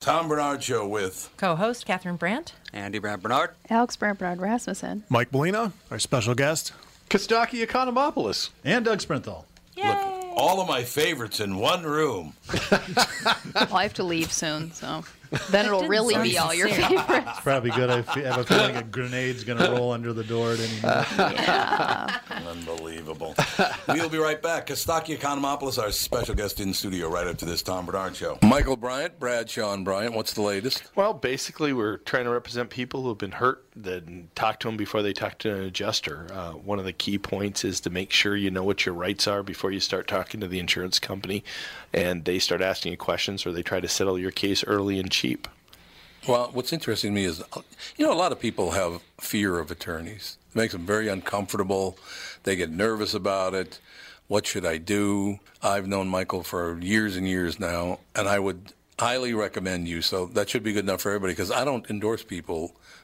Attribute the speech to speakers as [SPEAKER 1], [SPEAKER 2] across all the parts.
[SPEAKER 1] Tom Bernard Show with
[SPEAKER 2] co-host Catherine Brandt.
[SPEAKER 3] Andy Brandt Bernard.
[SPEAKER 4] Alex Brandt Bernard Rasmussen.
[SPEAKER 5] Mike Molina, our special guest.
[SPEAKER 6] Kostaki Economopoulos.
[SPEAKER 7] And Doug Sprinthal.
[SPEAKER 1] Look, all of my favorites in one room.
[SPEAKER 4] well, I have to leave soon, so then it'll
[SPEAKER 2] didn't
[SPEAKER 4] really
[SPEAKER 2] sound
[SPEAKER 4] be all your
[SPEAKER 2] sincere.
[SPEAKER 4] favorites.
[SPEAKER 7] Probably good. I fe- have a feeling a grenade's going to roll under the door at any minute.
[SPEAKER 1] Unbelievable. we'll be right back. Kostaki Economopoulos, our special guest in studio right after this Tom Bernard Show. Michael Bryant, Brad Sean Bryant, what's the latest?
[SPEAKER 6] Well, basically, we're trying to represent people who have been hurt. Then talk to them before they talk to an adjuster. Uh, one of the key points is to make sure you know what your rights are before you start talking to the insurance company, and they start asking you questions or they try to settle your case early and cheap.
[SPEAKER 1] Well, what's interesting to me is, you know, a lot of people have fear of attorneys. It makes them very uncomfortable. They get nervous about it. What should I do? I've known Michael for years and years now, and I would highly recommend you. So that should be good enough for everybody because I don't endorse people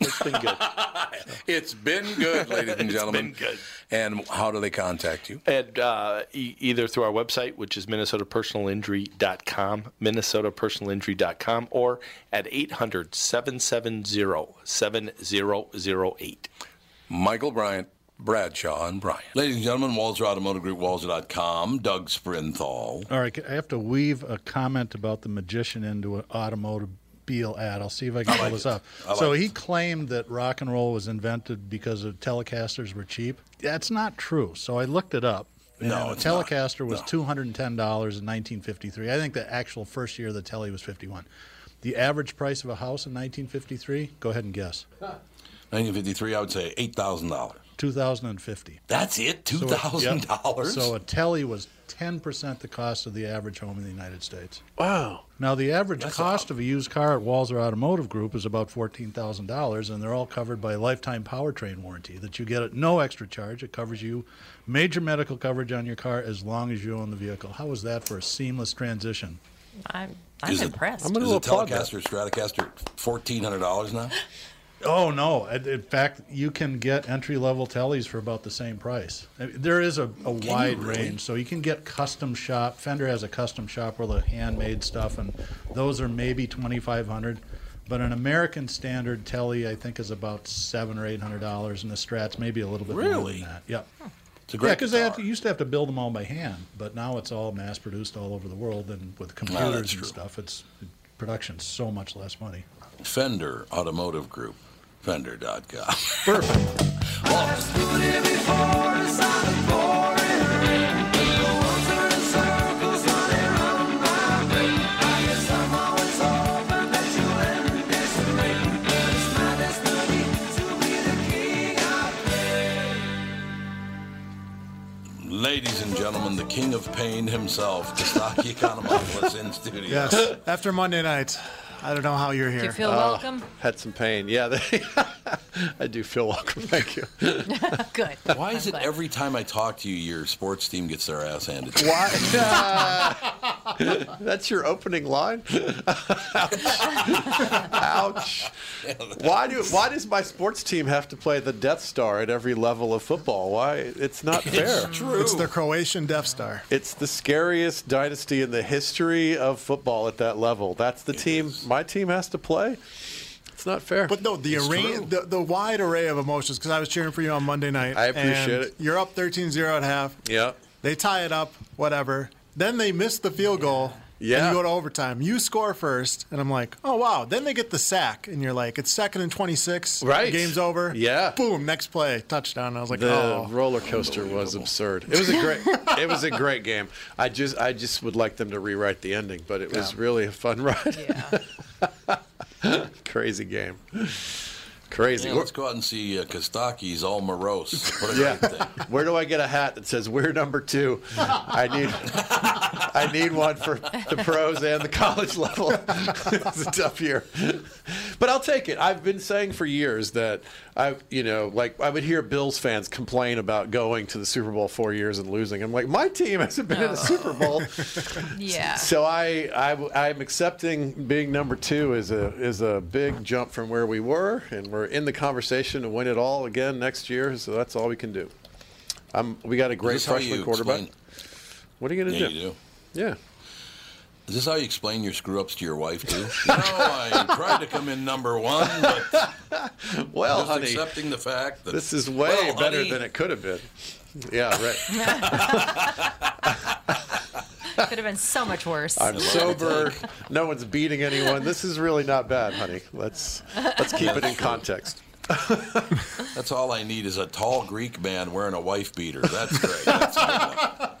[SPEAKER 6] It's been good.
[SPEAKER 1] It's been good, ladies and
[SPEAKER 6] been
[SPEAKER 1] gentlemen.
[SPEAKER 6] good.
[SPEAKER 1] And how do they contact you?
[SPEAKER 6] And uh, e- either through our website, which is minnesotapersonalinjury.com, minnesotapersonalinjury.com, or at 800 770 7008.
[SPEAKER 1] Michael Bryant, Bradshaw, and Bryant. Ladies and gentlemen, Walzer Automotive Group, Walzer.com, Doug Sprinthal.
[SPEAKER 7] All right, I have to weave a comment about the magician into an automobile ad. I'll see if I can pull this off.
[SPEAKER 1] I
[SPEAKER 7] so
[SPEAKER 1] like
[SPEAKER 7] he claimed that rock and roll was invented because of telecasters were cheap. That's not true. So I looked it up. And
[SPEAKER 1] No,
[SPEAKER 7] a
[SPEAKER 1] it's not.
[SPEAKER 7] Telecaster was
[SPEAKER 1] No.
[SPEAKER 7] two hundred and ten dollars in nineteen fifty three. I think the actual first year of the telly was fifty one. The average price of a house in nineteen fifty three. Go ahead and guess.
[SPEAKER 1] 1953, I would say $8,000.
[SPEAKER 7] Two thousand and fifty.
[SPEAKER 1] That's it? $2,000?
[SPEAKER 7] So a telly was ten percent the cost of the average home in the United States.
[SPEAKER 6] Wow.
[SPEAKER 7] Now, the average cost of a used car at Walzer Automotive Group is about $14,000, and they're all covered by a lifetime powertrain warranty that you get at no extra charge. It covers you major medical coverage on your car as long as you own the vehicle. How was that for a seamless transition?
[SPEAKER 2] I'm, I'm
[SPEAKER 1] Is it-
[SPEAKER 2] impressed.
[SPEAKER 6] I'm gonna-
[SPEAKER 1] Is a
[SPEAKER 6] applaud that.
[SPEAKER 1] Telecaster, Stratocaster, $1,400 now?
[SPEAKER 7] Oh, no. In- In fact, you can get entry level tellies for about the same price. I mean, There is a, a wide range. So you can get custom shop. Fender has a custom shop where the handmade stuff, and those are maybe 2500 But an American standard telly, I think, is about seven or eight hundred dollars, and the Strats maybe a little bit more
[SPEAKER 1] Really?
[SPEAKER 7] than that. Yep.
[SPEAKER 1] It's a
[SPEAKER 7] Yeah,
[SPEAKER 1] great
[SPEAKER 7] because they have to,
[SPEAKER 1] guitar.
[SPEAKER 7] used to have to build them all by hand, but now it's all mass produced all over the world, and with computers
[SPEAKER 1] true.
[SPEAKER 7] and stuff, it's production's so much less money.
[SPEAKER 1] Fender Automotive Group, Fender.com.
[SPEAKER 7] Perfect.
[SPEAKER 1] Ladies and gentlemen, the king of pain himself, Kostaki Economopoulos in studio.
[SPEAKER 5] Yes. After Monday night, I don't know how you're
[SPEAKER 2] Do you
[SPEAKER 5] here.
[SPEAKER 8] Uh,
[SPEAKER 1] Uh,
[SPEAKER 2] feel welcome?
[SPEAKER 6] Had some pain. Yeah, I do feel welcome. Thank you.
[SPEAKER 2] Good.
[SPEAKER 1] Why is
[SPEAKER 2] I'm
[SPEAKER 1] it
[SPEAKER 2] glad.
[SPEAKER 1] every time I talk to you, your sports team gets their ass handed to them?
[SPEAKER 8] Why? that's your opening line. Ouch! Why do? Why does my sports team have to play the Death Star at every level of football? Why? It's not fair. It's,
[SPEAKER 1] True.
[SPEAKER 5] It's the Croatian Death Star.
[SPEAKER 8] the scariest dynasty in the history of football at that level. That's the team my team has to play. It's not fair.
[SPEAKER 5] But no, the array,
[SPEAKER 1] true.
[SPEAKER 5] the, the wide array of emotions. Because I was cheering for you on Monday night.
[SPEAKER 8] I appreciate
[SPEAKER 5] and
[SPEAKER 8] it.
[SPEAKER 5] You're up 13-0 at half.
[SPEAKER 8] yeah.
[SPEAKER 5] They tie it up, whatever. Then they miss the field goal.
[SPEAKER 8] Yeah.
[SPEAKER 5] And you go to overtime. You score first, and I'm like, oh wow. Then they get the sack, and you're like, it's second and 26.
[SPEAKER 8] Right.
[SPEAKER 5] Game's over.
[SPEAKER 8] Yeah.
[SPEAKER 5] Boom. Next play, touchdown. I was like,
[SPEAKER 8] The
[SPEAKER 5] oh.
[SPEAKER 8] roller coaster was absurd. It was a great it was a great game. I just I just would like them to rewrite the ending, but it was really a fun ride.
[SPEAKER 2] Yeah.
[SPEAKER 8] Crazy game. Crazy.
[SPEAKER 1] Yeah,
[SPEAKER 8] Where-
[SPEAKER 1] let's go out and see uh, Kostaki's all morose. What a
[SPEAKER 8] Yeah.
[SPEAKER 1] great thing.
[SPEAKER 8] Where do I get a hat that says "We're number two? I need, I need one for the pros and the college level. it's a tough year, but I'll take it. I've been saying for years that I, you know, like I would hear Bills fans complain about going to the Super Bowl four years and losing. I'm like, my team hasn't been in a Super Bowl,
[SPEAKER 4] Yeah.
[SPEAKER 8] so I, I, I'm accepting being number two is a is a big jump from where we were, and we're in the conversation to win it all again next year. So that's all we can do. Um, we got a great
[SPEAKER 1] Is this how
[SPEAKER 8] freshman
[SPEAKER 1] you
[SPEAKER 8] quarterback.
[SPEAKER 1] explain-
[SPEAKER 8] What are you going to
[SPEAKER 1] Yeah,
[SPEAKER 8] do?
[SPEAKER 1] you do.
[SPEAKER 8] Yeah.
[SPEAKER 1] Is this how you explain your screw ups to your wife too? You know, I tried to come in number one, but
[SPEAKER 8] Well, Oh,
[SPEAKER 1] just
[SPEAKER 8] honey,
[SPEAKER 1] accepting the fact that
[SPEAKER 8] this is way
[SPEAKER 1] Well,
[SPEAKER 8] better
[SPEAKER 1] honey.
[SPEAKER 8] than it could have been. Yeah, right.
[SPEAKER 2] Could have been so much worse.
[SPEAKER 8] I'm sober. No one's beating anyone. This is really not bad, honey. Let's let's keep it in context.
[SPEAKER 1] That's all I need is a tall Greek man wearing a wife beater. That's great. That's all I want.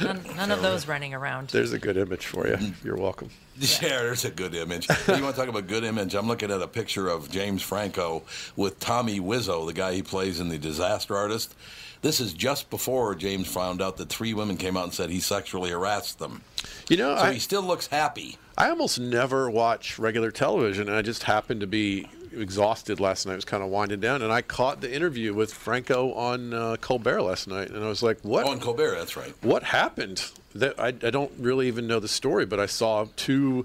[SPEAKER 2] none, none of those running around.
[SPEAKER 8] There's a good image for you.
[SPEAKER 1] Mm-hmm.
[SPEAKER 8] You're welcome.
[SPEAKER 1] yeah, there's a good image. You want to talk about good image? I'm looking at a picture of James Franco with Tommy Wiseau, the guy he plays in The Disaster Artist. This is just before James found out that three women came out and said he sexually harassed them.
[SPEAKER 8] You know,
[SPEAKER 1] So
[SPEAKER 8] I,
[SPEAKER 1] he still looks happy.
[SPEAKER 8] I almost never watch regular television, and I just happened to be exhausted last night. I was kind of winding down, and I caught the interview with Franco on uh, Colbert last night, and I was like, "What?
[SPEAKER 1] Oh, and Colbert, that's right.
[SPEAKER 8] what happened?" That I, I don't really even know the story, but I saw two,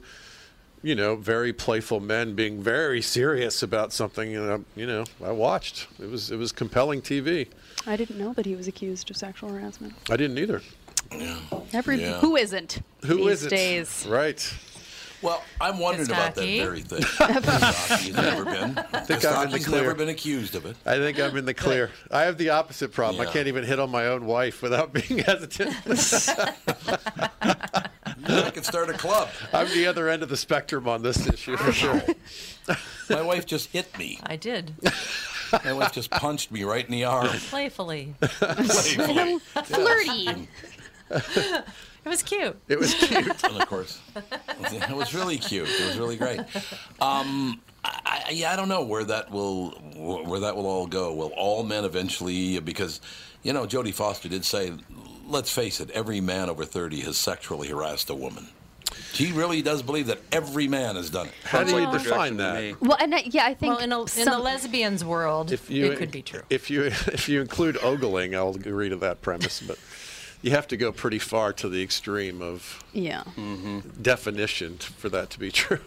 [SPEAKER 8] you know, very playful men being very serious about something, and I, you know, I watched. It was it was compelling TV.
[SPEAKER 9] I didn't know that he was accused of sexual harassment.
[SPEAKER 8] I didn't either.
[SPEAKER 4] Every
[SPEAKER 1] Yeah.
[SPEAKER 4] who isn't
[SPEAKER 8] Who
[SPEAKER 4] these
[SPEAKER 8] is it?
[SPEAKER 4] days?
[SPEAKER 8] Right.
[SPEAKER 1] Well, I'm wondering about that
[SPEAKER 2] Kostaki?
[SPEAKER 1] very thing. Kostaki's never been.
[SPEAKER 8] think I'm in the
[SPEAKER 1] Kostaki's
[SPEAKER 8] clear.
[SPEAKER 1] never been accused of it.
[SPEAKER 8] I think I'm in the clear. I have the opposite problem. I
[SPEAKER 1] Yeah.
[SPEAKER 8] can't even hit on my own wife without being hesitant.
[SPEAKER 1] I could start a club.
[SPEAKER 8] I'm the other end of the spectrum on this issue for sure.
[SPEAKER 1] My wife just hit me.
[SPEAKER 2] I did
[SPEAKER 1] My wife just punched me right in the arm.
[SPEAKER 2] playfully. It
[SPEAKER 1] Playfully.
[SPEAKER 4] Flirty.
[SPEAKER 2] was cute.
[SPEAKER 8] It was cute.
[SPEAKER 1] and of course, it was really cute. It was really great. Um, I, I- yeah, I don't know where that will where that will all go. Will all men eventually? Because you know, Jodie Foster did say, "Let's face it, every man over thirty has sexually harassed a woman." She really does believe that every man has done it.
[SPEAKER 8] How do you
[SPEAKER 6] Sounds like
[SPEAKER 8] define
[SPEAKER 6] projection to
[SPEAKER 8] that?
[SPEAKER 6] me.
[SPEAKER 9] Well, and I, yeah, I think
[SPEAKER 2] Well, in a, in the
[SPEAKER 9] some-
[SPEAKER 2] lesbian's world,
[SPEAKER 8] If you
[SPEAKER 2] it could be true.
[SPEAKER 8] If you if you include ogling, I'll agree to that premise, but you have to go pretty far to the extreme of
[SPEAKER 4] Yeah.
[SPEAKER 8] definition t- for that to be true.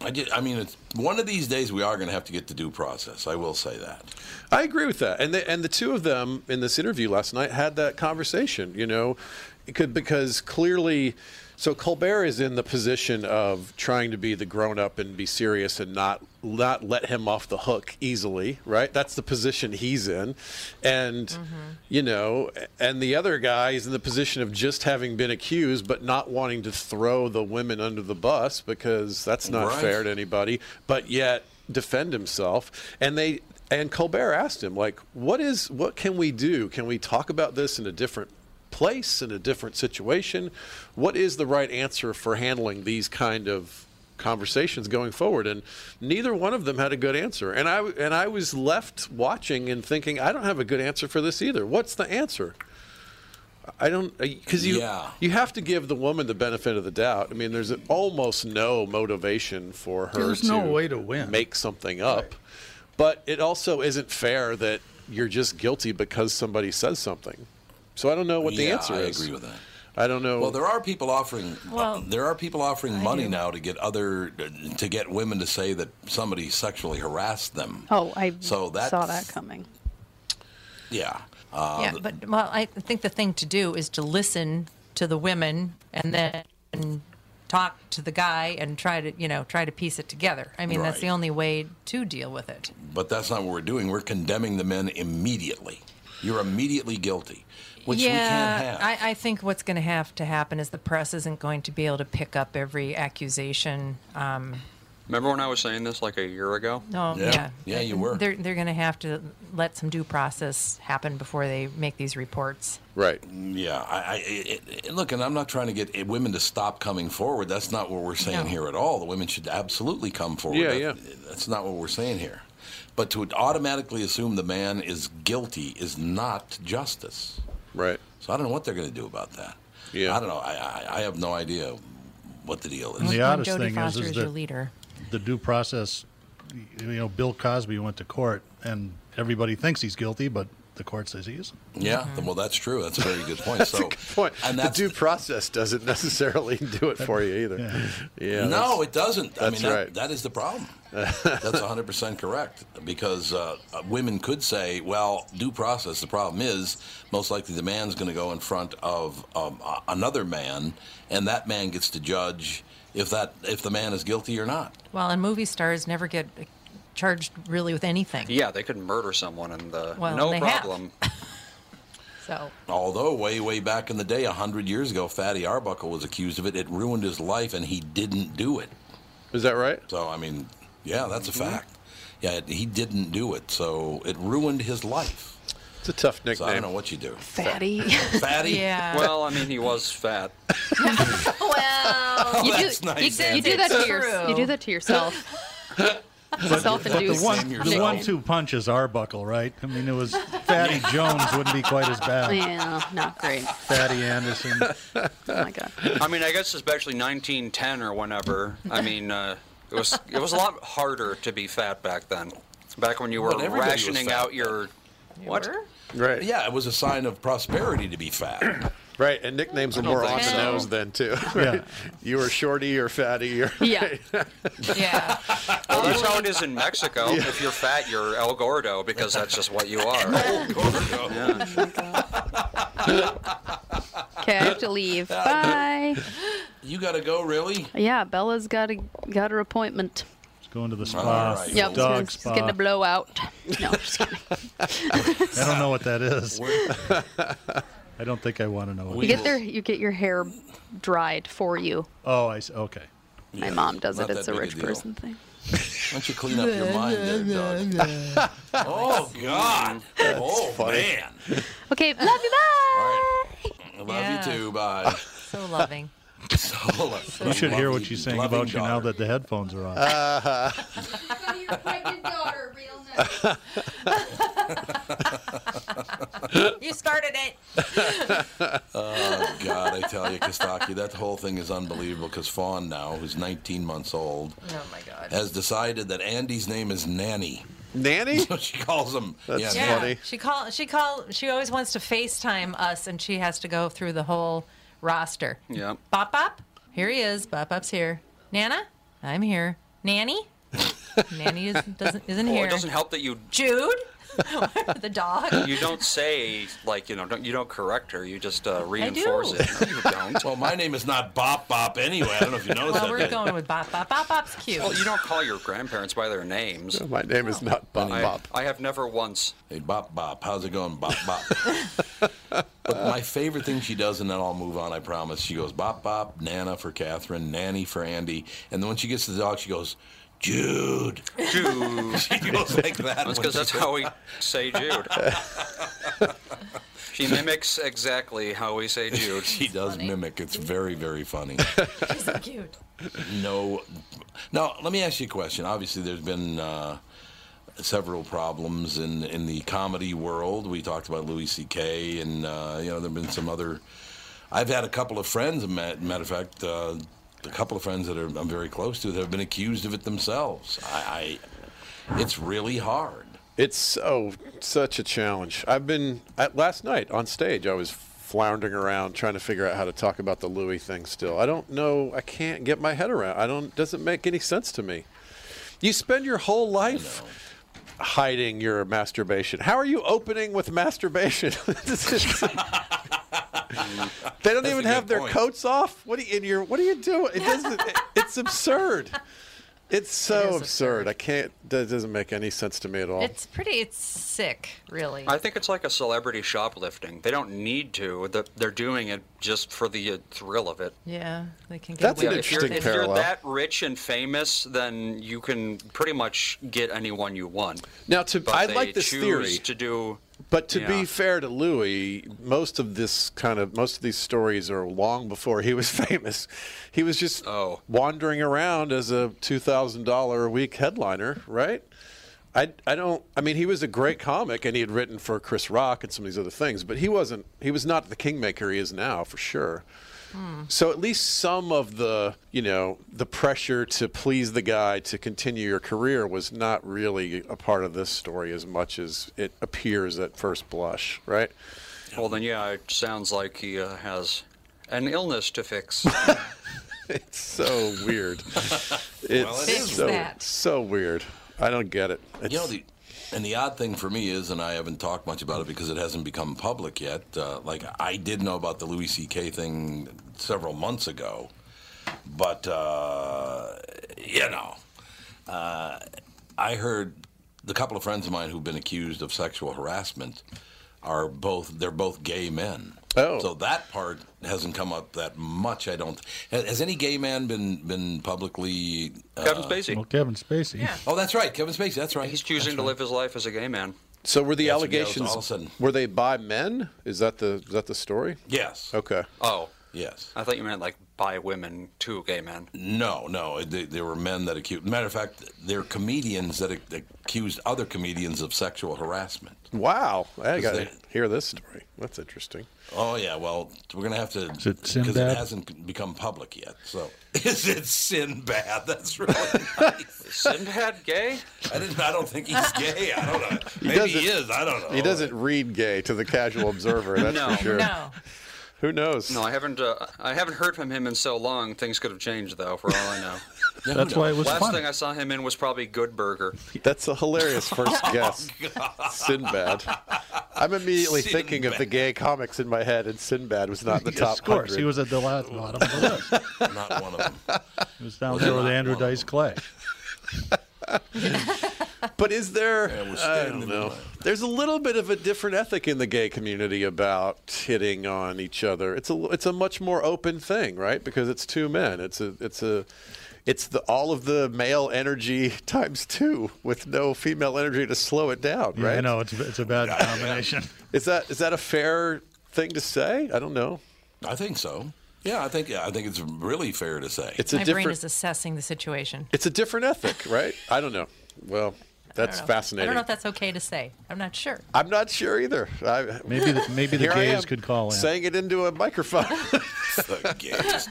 [SPEAKER 1] I, ju- I mean, it's, one of these days we are going to have to get the due process. I will say that.
[SPEAKER 8] I agree with that. And the, and the two of them in this interview last night had that conversation, you know, it could, because clearly, so Colbert is in the position of trying to be the grown up and be serious and not not let him off the hook easily, right? That's the position he's in. And you know, and the other guy is in the position of just having been accused but not wanting to throw the women under the bus because that's not
[SPEAKER 1] Right.
[SPEAKER 8] fair to anybody, but yet defend himself. And they and Colbert asked him, like, what is what can we do? Can we talk about this in a different place, in a different situation? What is the right answer for handling these kind of conversations going forward? And neither one of them had a good answer. And I and I was left watching and thinking, I don't have a good answer for this either. What's the answer? I don't because you
[SPEAKER 1] Yeah.
[SPEAKER 8] you have to give the woman the benefit of the doubt. I mean, there's almost no motivation for her.
[SPEAKER 7] There's
[SPEAKER 8] to
[SPEAKER 7] no way to win.
[SPEAKER 8] Make something up, but it also isn't fair that you're just guilty because somebody says something. So I don't know what the
[SPEAKER 1] Yeah,
[SPEAKER 8] answer
[SPEAKER 1] I
[SPEAKER 8] is.
[SPEAKER 1] agree with that.
[SPEAKER 8] I don't know.
[SPEAKER 1] Well, there are people offering.
[SPEAKER 2] Well,
[SPEAKER 1] there are people offering money
[SPEAKER 2] do.
[SPEAKER 1] now to get other to get women to say that somebody sexually harassed them.
[SPEAKER 4] Oh, I
[SPEAKER 1] So
[SPEAKER 4] saw
[SPEAKER 1] that's-
[SPEAKER 4] that coming.
[SPEAKER 1] Yeah. Uh,
[SPEAKER 2] yeah, but well, I think the thing to do is to listen to the women and then talk to the guy and try to you know try to piece it together. I mean, that's
[SPEAKER 1] Right.
[SPEAKER 2] the only way to deal with it.
[SPEAKER 1] but that's not what we're doing. We're condemning the men immediately. You're immediately guilty, which we can't have.
[SPEAKER 2] I, I think what's going to have to happen is the press isn't going to be able to pick up every accusation. Um,
[SPEAKER 10] Remember when I was saying this like a year ago?
[SPEAKER 2] No, yeah.
[SPEAKER 10] Yeah, you were.
[SPEAKER 2] They're, they're going to have to let some due process happen before they make these reports.
[SPEAKER 8] Right.
[SPEAKER 1] Yeah. I, I it, it- look, and I'm not trying to get eh, women to stop coming forward. That's not what we're saying
[SPEAKER 2] No.
[SPEAKER 1] here at all. The women should absolutely come forward.
[SPEAKER 8] Yeah,
[SPEAKER 1] That- That's not what we're saying here. But to automatically assume the man is guilty is not justice.
[SPEAKER 8] Right.
[SPEAKER 1] So I don't know what they're going to do about that.
[SPEAKER 8] Yeah.
[SPEAKER 1] I don't know. I, I, I have no idea what the deal is.
[SPEAKER 7] And the
[SPEAKER 2] Well,
[SPEAKER 7] oddest
[SPEAKER 2] Jodie
[SPEAKER 7] thing is,
[SPEAKER 2] Foster
[SPEAKER 7] is
[SPEAKER 2] is your
[SPEAKER 7] that
[SPEAKER 2] leader.
[SPEAKER 7] the due process, you know, Bill Cosby went to court and everybody thinks he's guilty, but the court says he isn't.
[SPEAKER 1] Yeah, th- well, that's true. That's a very good point.
[SPEAKER 8] That's
[SPEAKER 1] so,
[SPEAKER 8] a good point.
[SPEAKER 1] And
[SPEAKER 8] the
[SPEAKER 1] that's
[SPEAKER 8] due process doesn't necessarily do it for you either. Yeah.
[SPEAKER 1] no, it doesn't. I
[SPEAKER 8] that's
[SPEAKER 1] mean, that,
[SPEAKER 8] right.
[SPEAKER 1] that is the problem. that's 100% correct because uh, uh, women could say, well, due process. The problem is most likely the man's going to go in front of um, a- another man, and that man gets to judge if that if the man is guilty or not.
[SPEAKER 2] Well, and movie stars never get uh, charged really with anything.
[SPEAKER 10] Yeah, they could murder someone and uh,
[SPEAKER 2] Well,
[SPEAKER 10] no
[SPEAKER 2] they have. Uh.
[SPEAKER 10] problem.
[SPEAKER 2] So,
[SPEAKER 1] Although way, way back in the day, a hundred years ago, Fatty Arbuckle was accused of it. It ruined his life, and he didn't do it.
[SPEAKER 8] Is that right?
[SPEAKER 1] So I mean, yeah, that's a fact. Yeah, it, he didn't do it, so it ruined his life.
[SPEAKER 8] It's a tough
[SPEAKER 1] So I don't
[SPEAKER 8] nickname.
[SPEAKER 1] know what you do,
[SPEAKER 4] Fatty.
[SPEAKER 1] fatty.
[SPEAKER 2] yeah.
[SPEAKER 10] Well, I mean, he was fat.
[SPEAKER 4] well, you do,
[SPEAKER 1] That's nice,
[SPEAKER 4] you, you do
[SPEAKER 2] Andy.
[SPEAKER 4] that to your,
[SPEAKER 2] True.
[SPEAKER 4] you do that to yourself.
[SPEAKER 7] The
[SPEAKER 4] Self-induced.
[SPEAKER 7] one,
[SPEAKER 1] Blame
[SPEAKER 7] the
[SPEAKER 1] yourself.
[SPEAKER 7] one two punch is Arbuckle, right? I mean, it was Fatty Jones wouldn't be quite as bad.
[SPEAKER 4] Yeah, not great.
[SPEAKER 7] Fatty Anderson.
[SPEAKER 4] Oh my god.
[SPEAKER 10] I mean, I guess especially 1910 or whenever. I mean, uh, it was it was a lot harder to be fat back then. Back when you were
[SPEAKER 1] But everybody was
[SPEAKER 10] rationing
[SPEAKER 1] fat.
[SPEAKER 10] out your what?
[SPEAKER 8] Right.
[SPEAKER 1] Yeah, it was a sign of prosperity to be fat.
[SPEAKER 8] Right. And nicknames were
[SPEAKER 10] don't
[SPEAKER 8] more on
[SPEAKER 10] think
[SPEAKER 8] the
[SPEAKER 10] so.
[SPEAKER 8] nose then too.
[SPEAKER 7] Yeah.
[SPEAKER 8] Right? You were shorty or fatty or
[SPEAKER 4] Yeah.
[SPEAKER 2] yeah.
[SPEAKER 10] Well, that's how it is in Mexico. If you're fat, you're El Gordo because that's just what you are.
[SPEAKER 4] Okay, I have to leave. Bye.
[SPEAKER 1] You gotta go, really?
[SPEAKER 4] Yeah, Bella's got a got her appointment.
[SPEAKER 7] Going to the spa.
[SPEAKER 1] All right.
[SPEAKER 4] Yep,
[SPEAKER 7] Dog
[SPEAKER 4] she's,
[SPEAKER 7] spa.
[SPEAKER 4] getting a blowout. No, I'm just kidding.
[SPEAKER 7] I don't know what that is.
[SPEAKER 1] We're-
[SPEAKER 7] I don't think I want to know. What
[SPEAKER 4] You
[SPEAKER 7] it
[SPEAKER 4] get
[SPEAKER 7] is.
[SPEAKER 4] their you get your hair dried for you.
[SPEAKER 7] Oh, I see. Okay.
[SPEAKER 4] My mom does
[SPEAKER 1] not
[SPEAKER 4] it. It's
[SPEAKER 1] that
[SPEAKER 4] a
[SPEAKER 1] big a
[SPEAKER 4] rich
[SPEAKER 1] deal.
[SPEAKER 4] person thing.
[SPEAKER 1] Why don't you clean up your mind there, Doug? oh God! oh man!
[SPEAKER 4] Okay, love you.
[SPEAKER 1] All
[SPEAKER 4] Bye.
[SPEAKER 1] right, love
[SPEAKER 2] Yeah.
[SPEAKER 1] you too. Bye.
[SPEAKER 2] So loving.
[SPEAKER 1] So,
[SPEAKER 7] You should hear what she's saying about you now that the headphones are on.
[SPEAKER 9] Go to your pregnant daughter real nice.
[SPEAKER 2] You started it.
[SPEAKER 1] God, I tell you, Kostaki, that whole thing is unbelievable because Fawn now, who's 19 months old,
[SPEAKER 2] Oh, my God.
[SPEAKER 1] has decided that Andy's name is Nanny.
[SPEAKER 8] nanny.
[SPEAKER 1] So she calls him.
[SPEAKER 8] That's
[SPEAKER 1] yeah,
[SPEAKER 2] Yeah.
[SPEAKER 8] funny.
[SPEAKER 2] She call she call she always wants to FaceTime us and she has to go through the whole roster.
[SPEAKER 10] Yeah.
[SPEAKER 2] Bop bop. Here he is. Bop bop's here. Nana, I'm here. Nanny? Nanny is, doesn't isn't
[SPEAKER 10] Well,
[SPEAKER 2] here.
[SPEAKER 10] Oh, it doesn't help that you
[SPEAKER 2] Jude? the dog.
[SPEAKER 10] you don't say like you know don't, you don't correct her. You just uh, reinforce
[SPEAKER 2] do.
[SPEAKER 10] it. No, you don't.
[SPEAKER 1] Well, my name is not Bop Bop anyway. I don't know if you noticed
[SPEAKER 2] Well,
[SPEAKER 1] that.
[SPEAKER 2] we're
[SPEAKER 1] but-
[SPEAKER 2] going with Bop Bop. Bop Bop's cute.
[SPEAKER 10] Well, you don't call your grandparents by their names.
[SPEAKER 8] My name is not Bob.
[SPEAKER 10] I,
[SPEAKER 8] Bob.
[SPEAKER 10] I have never once.
[SPEAKER 1] Hey, Bop Bop, how's it going, Bop Bop? but my favorite thing she does, and then I'll move on, I promise. She goes, Bop Bop, Nana for Catherine, Nanny for Andy. And then when she gets to the dog, she goes, Jude.
[SPEAKER 10] Jew.
[SPEAKER 1] She goes like
[SPEAKER 10] That's
[SPEAKER 1] that. when
[SPEAKER 10] because
[SPEAKER 1] she
[SPEAKER 10] that's how we say Jude. she mimics exactly how we say Jude.
[SPEAKER 1] She does mimic. It's very, very funny.
[SPEAKER 2] She's so cute.
[SPEAKER 1] no. Now, let me ask you a question. Obviously, there's been uh, several problems in in the comedy world. We talked about Louis C.K. and uh, you know there've been some other. I've had a couple of friends, ma- matter of fact, uh, a couple of friends that are, I'm very close to that have been accused of it themselves. I, I it's really hard.
[SPEAKER 8] It's so such a challenge. I've been at, last night on stage. I was floundering around trying to figure out how to talk about the Louis thing. Still, I don't know. I can't get my head around. I don't. Doesn't make any sense to me. You spend your whole life hiding your masturbation. How are you opening with masturbation? This is- they don't even
[SPEAKER 1] a
[SPEAKER 8] have
[SPEAKER 1] good
[SPEAKER 8] their
[SPEAKER 1] point.
[SPEAKER 8] coats off. What are you, and you're, What are you doing? It doesn't. it- it's absurd. It's so
[SPEAKER 2] is
[SPEAKER 8] absurd. I can't. That doesn't make any sense to me at all.
[SPEAKER 2] It's pretty. It's sick, really.
[SPEAKER 10] I think it's like a celebrity shoplifting. They don't need to. Th- They're doing it just for the uh, thrill of it.
[SPEAKER 2] yeah, they can get.
[SPEAKER 10] Yeah,
[SPEAKER 2] away with
[SPEAKER 10] if you're,
[SPEAKER 2] it.
[SPEAKER 10] if you're that rich and famous, then you can pretty much get anyone you want.
[SPEAKER 8] Now, to
[SPEAKER 10] But
[SPEAKER 8] I
[SPEAKER 10] they
[SPEAKER 8] like this
[SPEAKER 10] choose
[SPEAKER 8] theory
[SPEAKER 10] to do.
[SPEAKER 8] But to
[SPEAKER 10] Yeah.
[SPEAKER 8] be fair to Louis, most of this kind of most of these stories are long before he was famous. He was just wandering around as a two thousand dollar a week headliner, right? I, I don't I mean he was a great comic and he had written for Chris Rock and some of these other things, but he wasn't he was not the kingmaker he is now for sure. So at least some of the, you know, the pressure to please the guy to continue your career was not really a part of this story as much as it appears at first blush, right?
[SPEAKER 10] Well, then, yeah, it sounds like he uh, has an illness to fix. Uh,
[SPEAKER 8] it's so weird. It's
[SPEAKER 1] it is
[SPEAKER 8] so,
[SPEAKER 1] that.
[SPEAKER 8] so weird. I don't get it. It's,
[SPEAKER 1] You know, the, and the odd thing for me is, and I haven't talked much about it because it hasn't become public yet. Uh, like I did know about the Louis C.K. thing several months ago, but uh, you know, uh, I heard the couple of friends of mine who've been accused of sexual harassment are both they're both gay men. Oh. So that part hasn't come up that much. I don't. Has, has any gay man been been publicly? Uh,
[SPEAKER 10] Kevin Spacey.
[SPEAKER 7] Well, Kevin Spacey.
[SPEAKER 1] Oh, that's right, Kevin Spacey. That's right.
[SPEAKER 10] He's choosing to live his life as a gay man.
[SPEAKER 8] so were the
[SPEAKER 10] That's what- yeah, it's all
[SPEAKER 8] allegations
[SPEAKER 10] of a sudden.
[SPEAKER 8] were they by men? Is that the is that the story?
[SPEAKER 1] Yes.
[SPEAKER 8] Okay.
[SPEAKER 10] Oh.
[SPEAKER 1] Yes.
[SPEAKER 10] I thought you meant like by women to gay men.
[SPEAKER 1] Uh, No, no. They, there were men that accused. Matter of fact, there are comedians that ac- accused other comedians of sexual harassment.
[SPEAKER 8] Wow. I
[SPEAKER 1] Is
[SPEAKER 8] got to
[SPEAKER 1] there-
[SPEAKER 8] hear this story. That's interesting.
[SPEAKER 1] Oh yeah. Well, we're gonna have to
[SPEAKER 8] Is it
[SPEAKER 1] because it
[SPEAKER 8] Sinbad?
[SPEAKER 1] hasn't become public yet. So is it Sinbad? That's really nice.
[SPEAKER 10] Sinbad gay?
[SPEAKER 1] I didn't. I don't think he's gay. I don't know.
[SPEAKER 8] He
[SPEAKER 1] Maybe
[SPEAKER 8] doesn't-
[SPEAKER 1] he is. I don't know.
[SPEAKER 8] He doesn't read gay to the casual observer, that's
[SPEAKER 10] No.
[SPEAKER 8] for sure.
[SPEAKER 10] No.
[SPEAKER 8] Who knows?
[SPEAKER 10] No, I haven't. Uh, I haven't heard from him in so long. Things could have changed, though, for all I know.
[SPEAKER 8] Yeah, who That's why it knows? was
[SPEAKER 10] Last
[SPEAKER 8] funny.
[SPEAKER 10] thing I saw him in was probably Good Burger.
[SPEAKER 8] That's a hilarious first guess. Sinbad. I'm immediately thinking of the
[SPEAKER 10] Sinbad.
[SPEAKER 8] gay comics in my head, and Sinbad was not in the
[SPEAKER 7] Yes,
[SPEAKER 8] top
[SPEAKER 7] Of course,
[SPEAKER 8] 100.
[SPEAKER 7] he was at the last bottom of the list.
[SPEAKER 1] Not one of them.
[SPEAKER 7] He was down
[SPEAKER 8] Was
[SPEAKER 7] there
[SPEAKER 8] not
[SPEAKER 7] with Andrew
[SPEAKER 8] one of
[SPEAKER 7] Dice Clay.
[SPEAKER 8] But is there?
[SPEAKER 7] was
[SPEAKER 8] I
[SPEAKER 7] standing
[SPEAKER 8] don't know. There's a little bit of a different ethic in the gay community about hitting on each other. It's a it's a much more open thing, right? Because it's two men. It's a it's a it's the all of the male energy times two with no female energy to slow it down,
[SPEAKER 7] Yeah,
[SPEAKER 8] right?
[SPEAKER 7] I know it's it's a bad combination.
[SPEAKER 8] Is that is that a fair thing to say? I don't know.
[SPEAKER 1] I think so. Yeah, I think. Yeah, I think it's really fair to say.
[SPEAKER 8] It's a
[SPEAKER 2] My brain
[SPEAKER 8] different
[SPEAKER 2] is assessing the situation.
[SPEAKER 8] it's a different ethic, right? I don't know. Well,
[SPEAKER 2] I don't
[SPEAKER 8] that's
[SPEAKER 2] know. I
[SPEAKER 8] fascinating.
[SPEAKER 2] don't know if that's okay to say. I'm not sure.
[SPEAKER 8] I'm not sure either. I,
[SPEAKER 7] Maybe the- maybe the
[SPEAKER 8] Here I
[SPEAKER 7] gays
[SPEAKER 8] am,
[SPEAKER 7] could call in.
[SPEAKER 8] Saying it into a microphone.
[SPEAKER 1] the gays.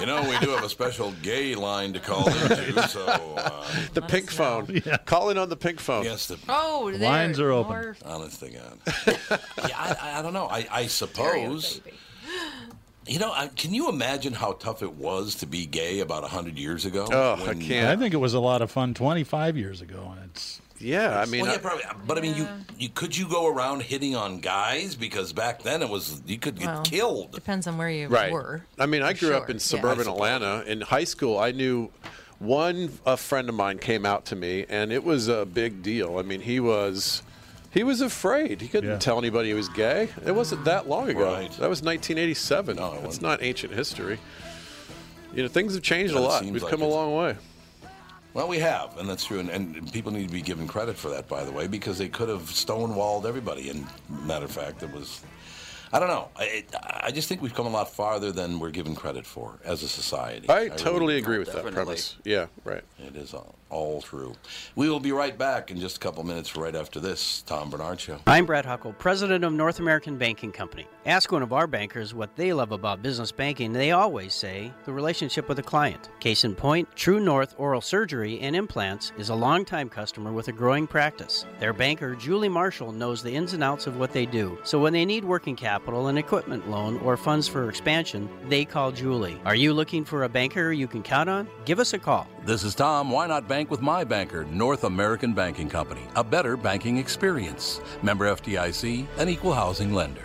[SPEAKER 1] You know, we do have a special gay line to call into. So uh,
[SPEAKER 8] the pink phone. Call in on the pink phone.
[SPEAKER 1] Yes, the
[SPEAKER 2] Oh,
[SPEAKER 8] The there, lines are open. more-
[SPEAKER 1] Honest to God. yeah, I, I don't know. I, I suppose. You know, I, can you imagine how tough it was to be gay about hundred years ago?
[SPEAKER 8] Oh,
[SPEAKER 1] When-
[SPEAKER 7] I think it was a lot of fun 25 years ago, and it's
[SPEAKER 8] Yeah, I
[SPEAKER 1] well, yeah, probably. But I mean, you, you could you go around hitting on guys because back then it was you could get
[SPEAKER 2] Well,
[SPEAKER 1] killed.
[SPEAKER 2] Depends on where you
[SPEAKER 8] right.
[SPEAKER 2] were.
[SPEAKER 8] I mean, I
[SPEAKER 2] For
[SPEAKER 8] grew up
[SPEAKER 2] sure,
[SPEAKER 8] in
[SPEAKER 2] yeah.
[SPEAKER 8] suburban
[SPEAKER 2] I suppose.
[SPEAKER 8] Atlanta. In high school, I knew one a friend of mine came out to me, and it was a big deal. I mean, he was he was afraid. He couldn't tell anybody he was gay. It wasn't that long ago.
[SPEAKER 1] Right.
[SPEAKER 8] That was 1987. No, it's not ancient history. You know, things have changed a
[SPEAKER 1] That
[SPEAKER 8] lot.
[SPEAKER 1] seems
[SPEAKER 8] We've
[SPEAKER 1] like
[SPEAKER 8] come a
[SPEAKER 1] it's-
[SPEAKER 8] long way.
[SPEAKER 1] Well, we have, and that's true. And, and people need to be given credit for that, by the way, because they could have stonewalled everybody. And matter of fact, it was. I don't know. I, it, I just think we've come a lot farther than we're given credit for as a society.
[SPEAKER 8] I,
[SPEAKER 1] really-
[SPEAKER 8] totally agree with that premise. Yeah, right.
[SPEAKER 1] It is all, all true. We will be right back in just a couple minutes, right after this Tom Bernard Show.
[SPEAKER 11] I'm Brad Huckle, president of North American Banking Company. Ask one of our bankers what they love about business banking, and they always say the relationship with the client. Case in point, True North Oral Surgery and Implants is a longtime customer with a growing practice. Their banker, Julie Marshall, knows the ins and outs of what they do. So when they need working capital, an equipment loan, or funds for expansion, they call Julie. Are you looking for a banker you can count on? Give us a call.
[SPEAKER 12] This is Tom. Why not bank with my banker, North American Banking Company? A better banking experience. Member FDIC, an equal housing lender.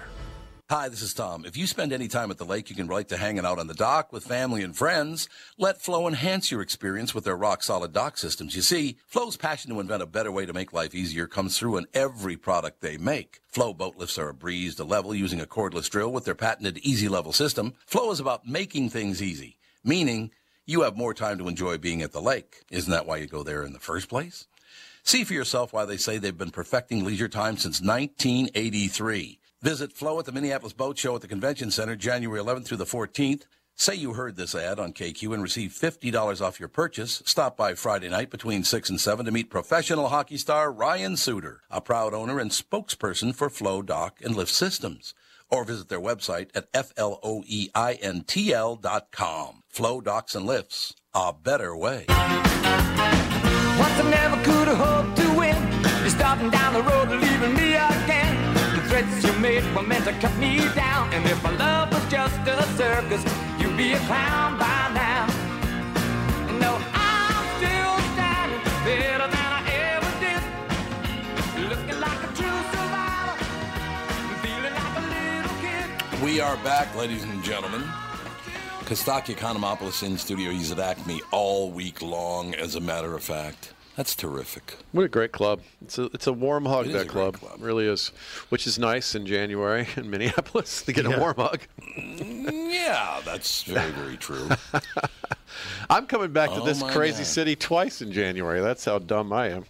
[SPEAKER 1] Hi, this is Tom. If you spend any time at the lake, you can relate to hanging out on the dock with family and friends. Let Flow enhance your experience with their rock solid dock systems. You see, Flow's passion to invent a better way to make life easier comes through in every product they make. Flow boat lifts are a breeze to level using a cordless drill with their patented easy level system. Flow is about making things easy, meaning you have more time to enjoy being at the lake. Isn't that why you go there in the first place? See for yourself why they say they've been perfecting leisure time since 1983. Visit Flow at the Minneapolis Boat Show at the Convention Center January 11th through the 14th. Say you heard this ad on KQ and receive $50 off your purchase. Stop by Friday night between 6 and 7 to meet professional hockey star Ryan Suter, a proud owner and spokesperson for Flow Dock and Lift Systems. Or visit their website at E F-L-O-E-I-N-T-L dot com. Flow Docks and Lifts, a better way.
[SPEAKER 13] Once I never could have hoped to win. You're stopping down the road and leaving me again. The threats you made were meant to cut me down. And if my love was just a circus, you'd be a clown by now. No, I'm still standing better than I ever did. Looking like a true survivor, feeling like a little kid.
[SPEAKER 1] We are back, ladies and gentlemen. Kostaki Economopoulos in studio. He's at Acme all week long, as a matter of fact. That's terrific.
[SPEAKER 8] What a great club! It's a it's a warm hug
[SPEAKER 1] It is a
[SPEAKER 8] that
[SPEAKER 1] great
[SPEAKER 8] club. It really is, which is nice in January in Minneapolis to get a warm hug.
[SPEAKER 1] Yeah, that's very, very true.
[SPEAKER 8] I'm coming back to
[SPEAKER 1] Oh
[SPEAKER 8] this
[SPEAKER 1] my
[SPEAKER 8] crazy
[SPEAKER 1] God.
[SPEAKER 8] city twice in January. That's how dumb I am.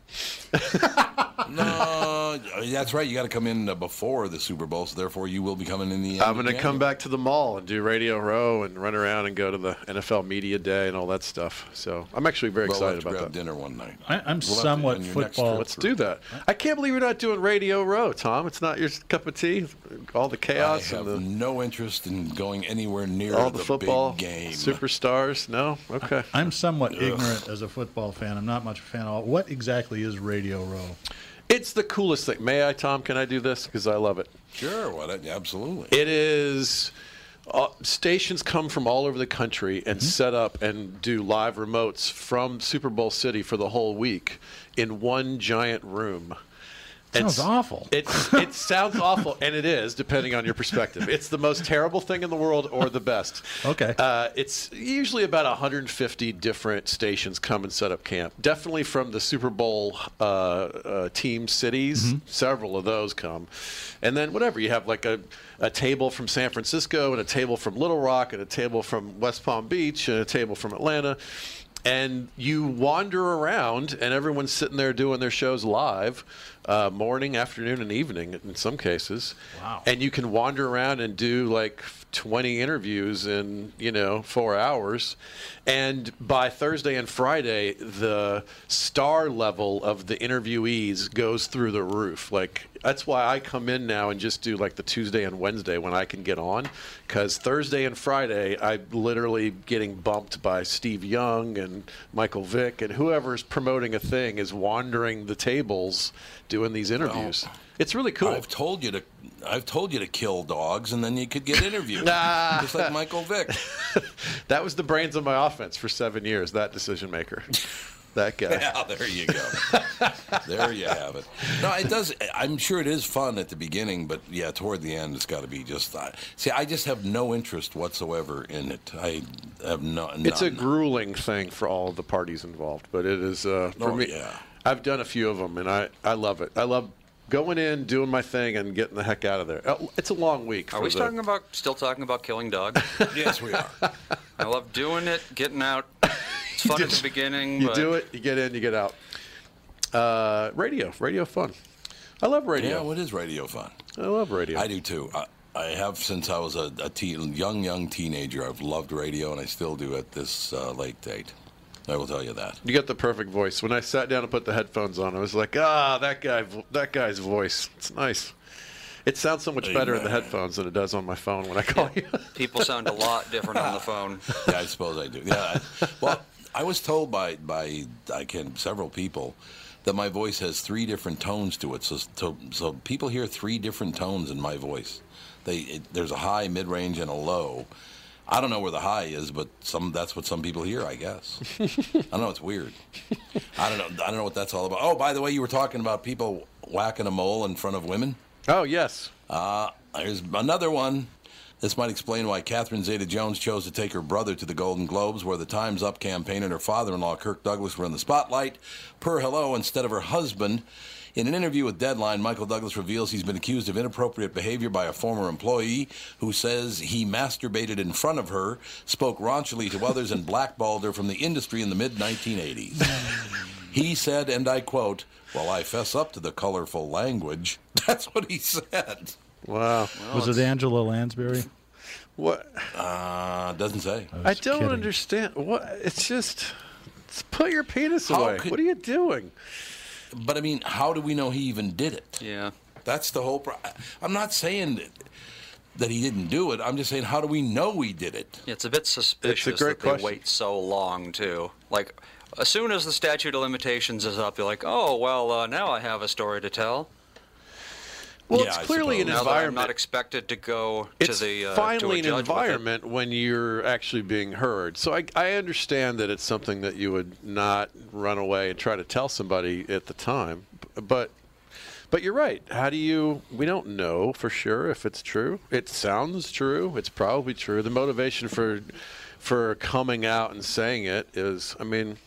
[SPEAKER 1] no, that's right. You got to come in uh, before the Super Bowl, so therefore you will be coming in the. End
[SPEAKER 8] I'm
[SPEAKER 1] of
[SPEAKER 8] going to
[SPEAKER 1] January.
[SPEAKER 8] come back to the mall and do Radio Row and run around and go to the NFL Media Day and all that stuff. So I'm actually very
[SPEAKER 1] Well, we'll
[SPEAKER 8] excited
[SPEAKER 1] have to
[SPEAKER 8] about
[SPEAKER 1] grab
[SPEAKER 8] that.
[SPEAKER 1] dinner one night.
[SPEAKER 7] I- I'm We'll have to- somewhat on your next football- trip.
[SPEAKER 8] Let's do that. I can't believe you're not doing Radio Row, Tom. It's not your cup of tea. All the chaos
[SPEAKER 1] I have
[SPEAKER 8] and the
[SPEAKER 1] no interest in going anywhere near
[SPEAKER 8] all
[SPEAKER 1] the,
[SPEAKER 8] the, football
[SPEAKER 1] big game.
[SPEAKER 8] superstars. No, okay.
[SPEAKER 7] I'm somewhat
[SPEAKER 8] Ugh.
[SPEAKER 7] ignorant as a football fan. I'm not much of a fan at all. What exactly is Radio Row?
[SPEAKER 8] It's the coolest thing. May I, Tom? Can I do this? Because I love it.
[SPEAKER 1] Sure, why not? Absolutely.
[SPEAKER 8] It is. Uh, stations come from all over the country and
[SPEAKER 7] Mm-hmm.
[SPEAKER 8] set up and do live remotes from Super Bowl City for the whole week in one giant room.
[SPEAKER 7] Sounds awful.
[SPEAKER 8] It's, it sounds awful, and it is, depending on your perspective. It's the most terrible thing in the world or the best.
[SPEAKER 7] Okay.
[SPEAKER 8] Uh, it's usually about 150 different stations come and set up camp. Definitely from the Super Bowl uh, uh, team cities, several of those come. And then whatever, you have like a, a table from San Francisco and a table from Little Rock and a table from West Palm Beach and a table from Atlanta. And you wander around, and everyone's sitting there doing their shows live, uh, morning, afternoon, and evening in some cases.
[SPEAKER 7] Wow.
[SPEAKER 8] And you can wander around and do like 20 interviews in, you know, four hours. And by Thursday and Friday, the star level of the interviewees goes through the roof. Like, that's why I come in now and just do like the Tuesday and Wednesday when I can get on. Because Thursday and Friday, I'm literally getting bumped by Steve Young and Michael Vick, and whoever's promoting a thing is wandering the tables doing these interviews. It's really cool.
[SPEAKER 1] I've told you to, I've told you to kill dogs, and then you could get interviewed,
[SPEAKER 8] Nah.
[SPEAKER 1] just like Michael Vick.
[SPEAKER 8] That was the brains of my offense for seven years. That decision maker, that guy.
[SPEAKER 1] Yeah, there you go. there you have it. No, it does. I'm sure it is fun at the beginning, but yeah, toward the end, it's got to be just. I see, I just have no interest whatsoever in it. I have no.
[SPEAKER 8] It's a
[SPEAKER 1] none.
[SPEAKER 8] grueling thing for all of the parties involved, but it is uh, for
[SPEAKER 1] Oh,
[SPEAKER 8] me.
[SPEAKER 1] yeah.
[SPEAKER 8] I've done a few of them, and I, I love it. I love going in, doing my thing, and getting the heck out of there. Uh, It's a long week.
[SPEAKER 10] Are
[SPEAKER 8] for
[SPEAKER 10] we
[SPEAKER 8] the-
[SPEAKER 10] talking about still talking about killing dogs?
[SPEAKER 1] yes, we are.
[SPEAKER 10] I love doing it, getting out. It's fun at the beginning.
[SPEAKER 8] You
[SPEAKER 10] but
[SPEAKER 8] do it, you get in, you get out. Uh, radio, radio fun. I love radio.
[SPEAKER 1] Yeah, what is radio fun?
[SPEAKER 8] I love radio.
[SPEAKER 1] I do too. I, I have since I was a, a teen, young, young teenager. I've loved radio, and I still do at this uh, late date. I will tell you that.
[SPEAKER 8] You got the perfect voice. When I sat down and put the headphones on, I was like, ah, that guy, that guy's voice. It's nice. It sounds so much better in the
[SPEAKER 10] Amen.
[SPEAKER 8] headphones than it does on my phone when I call you.
[SPEAKER 10] People sound a lot different on the phone.
[SPEAKER 1] yeah, I suppose I do. Yeah. I- Well, I was told by by I can several people that my voice has three different tones to it. So so, so people hear three different tones in my voice. They it, there's a high, mid range, and a low. I don't know where the high is, but some that's what some people hear, I guess. I don't know. It's weird. I don't know. I don't know what that's all about. Oh, by the way, you were talking about people whacking a mole in front of women.
[SPEAKER 8] Oh yes.
[SPEAKER 1] Uh, Here's another one. This might explain why Catherine Zeta Jones chose to take her brother to the Golden Globes, where the Time's Up campaign and her father in law, Kirk Douglas, were in the spotlight, per hello, instead of her husband. In an interview with Deadline, Michael Douglas reveals he's been accused of inappropriate behavior by a former employee who says he masturbated in front of her, spoke raunchily to others, and blackballed her from the industry in the mid 1980s. He said, and I quote, Well, I fess up to the colorful language. That's what he said.
[SPEAKER 8] Wow.
[SPEAKER 7] was it Angela Lansbury?
[SPEAKER 8] What?
[SPEAKER 1] Uh, doesn't say.
[SPEAKER 8] I don't understand. What? It's just. it's- Put your penis
[SPEAKER 1] How
[SPEAKER 8] away.
[SPEAKER 1] could-
[SPEAKER 8] what are you doing?
[SPEAKER 1] But I mean, how do we know he even did it?
[SPEAKER 10] Yeah.
[SPEAKER 1] That's the whole pro- I'm not saying that, that he didn't do it. I'm just saying, how do we know he did it?
[SPEAKER 10] It's a bit suspicious
[SPEAKER 1] great
[SPEAKER 10] that they
[SPEAKER 1] question.
[SPEAKER 10] wait so long too. Like, as soon as the statute of limitations is up, you're like, oh well, uh, now I have a story to tell.
[SPEAKER 8] Well, it's clearly an
[SPEAKER 10] Now that I'm
[SPEAKER 8] environment.
[SPEAKER 10] not expected to go to
[SPEAKER 8] it's
[SPEAKER 10] the uh,
[SPEAKER 8] finally
[SPEAKER 10] to a
[SPEAKER 8] an
[SPEAKER 10] judge with it.
[SPEAKER 8] environment when you're actually being heard. So I, I understand that it's something that you would not run away and try to tell somebody at the time, but but you're right. How do you? We don't know for sure if it's true. It sounds true. It's probably true. The motivation for for coming out and saying it is, I mean,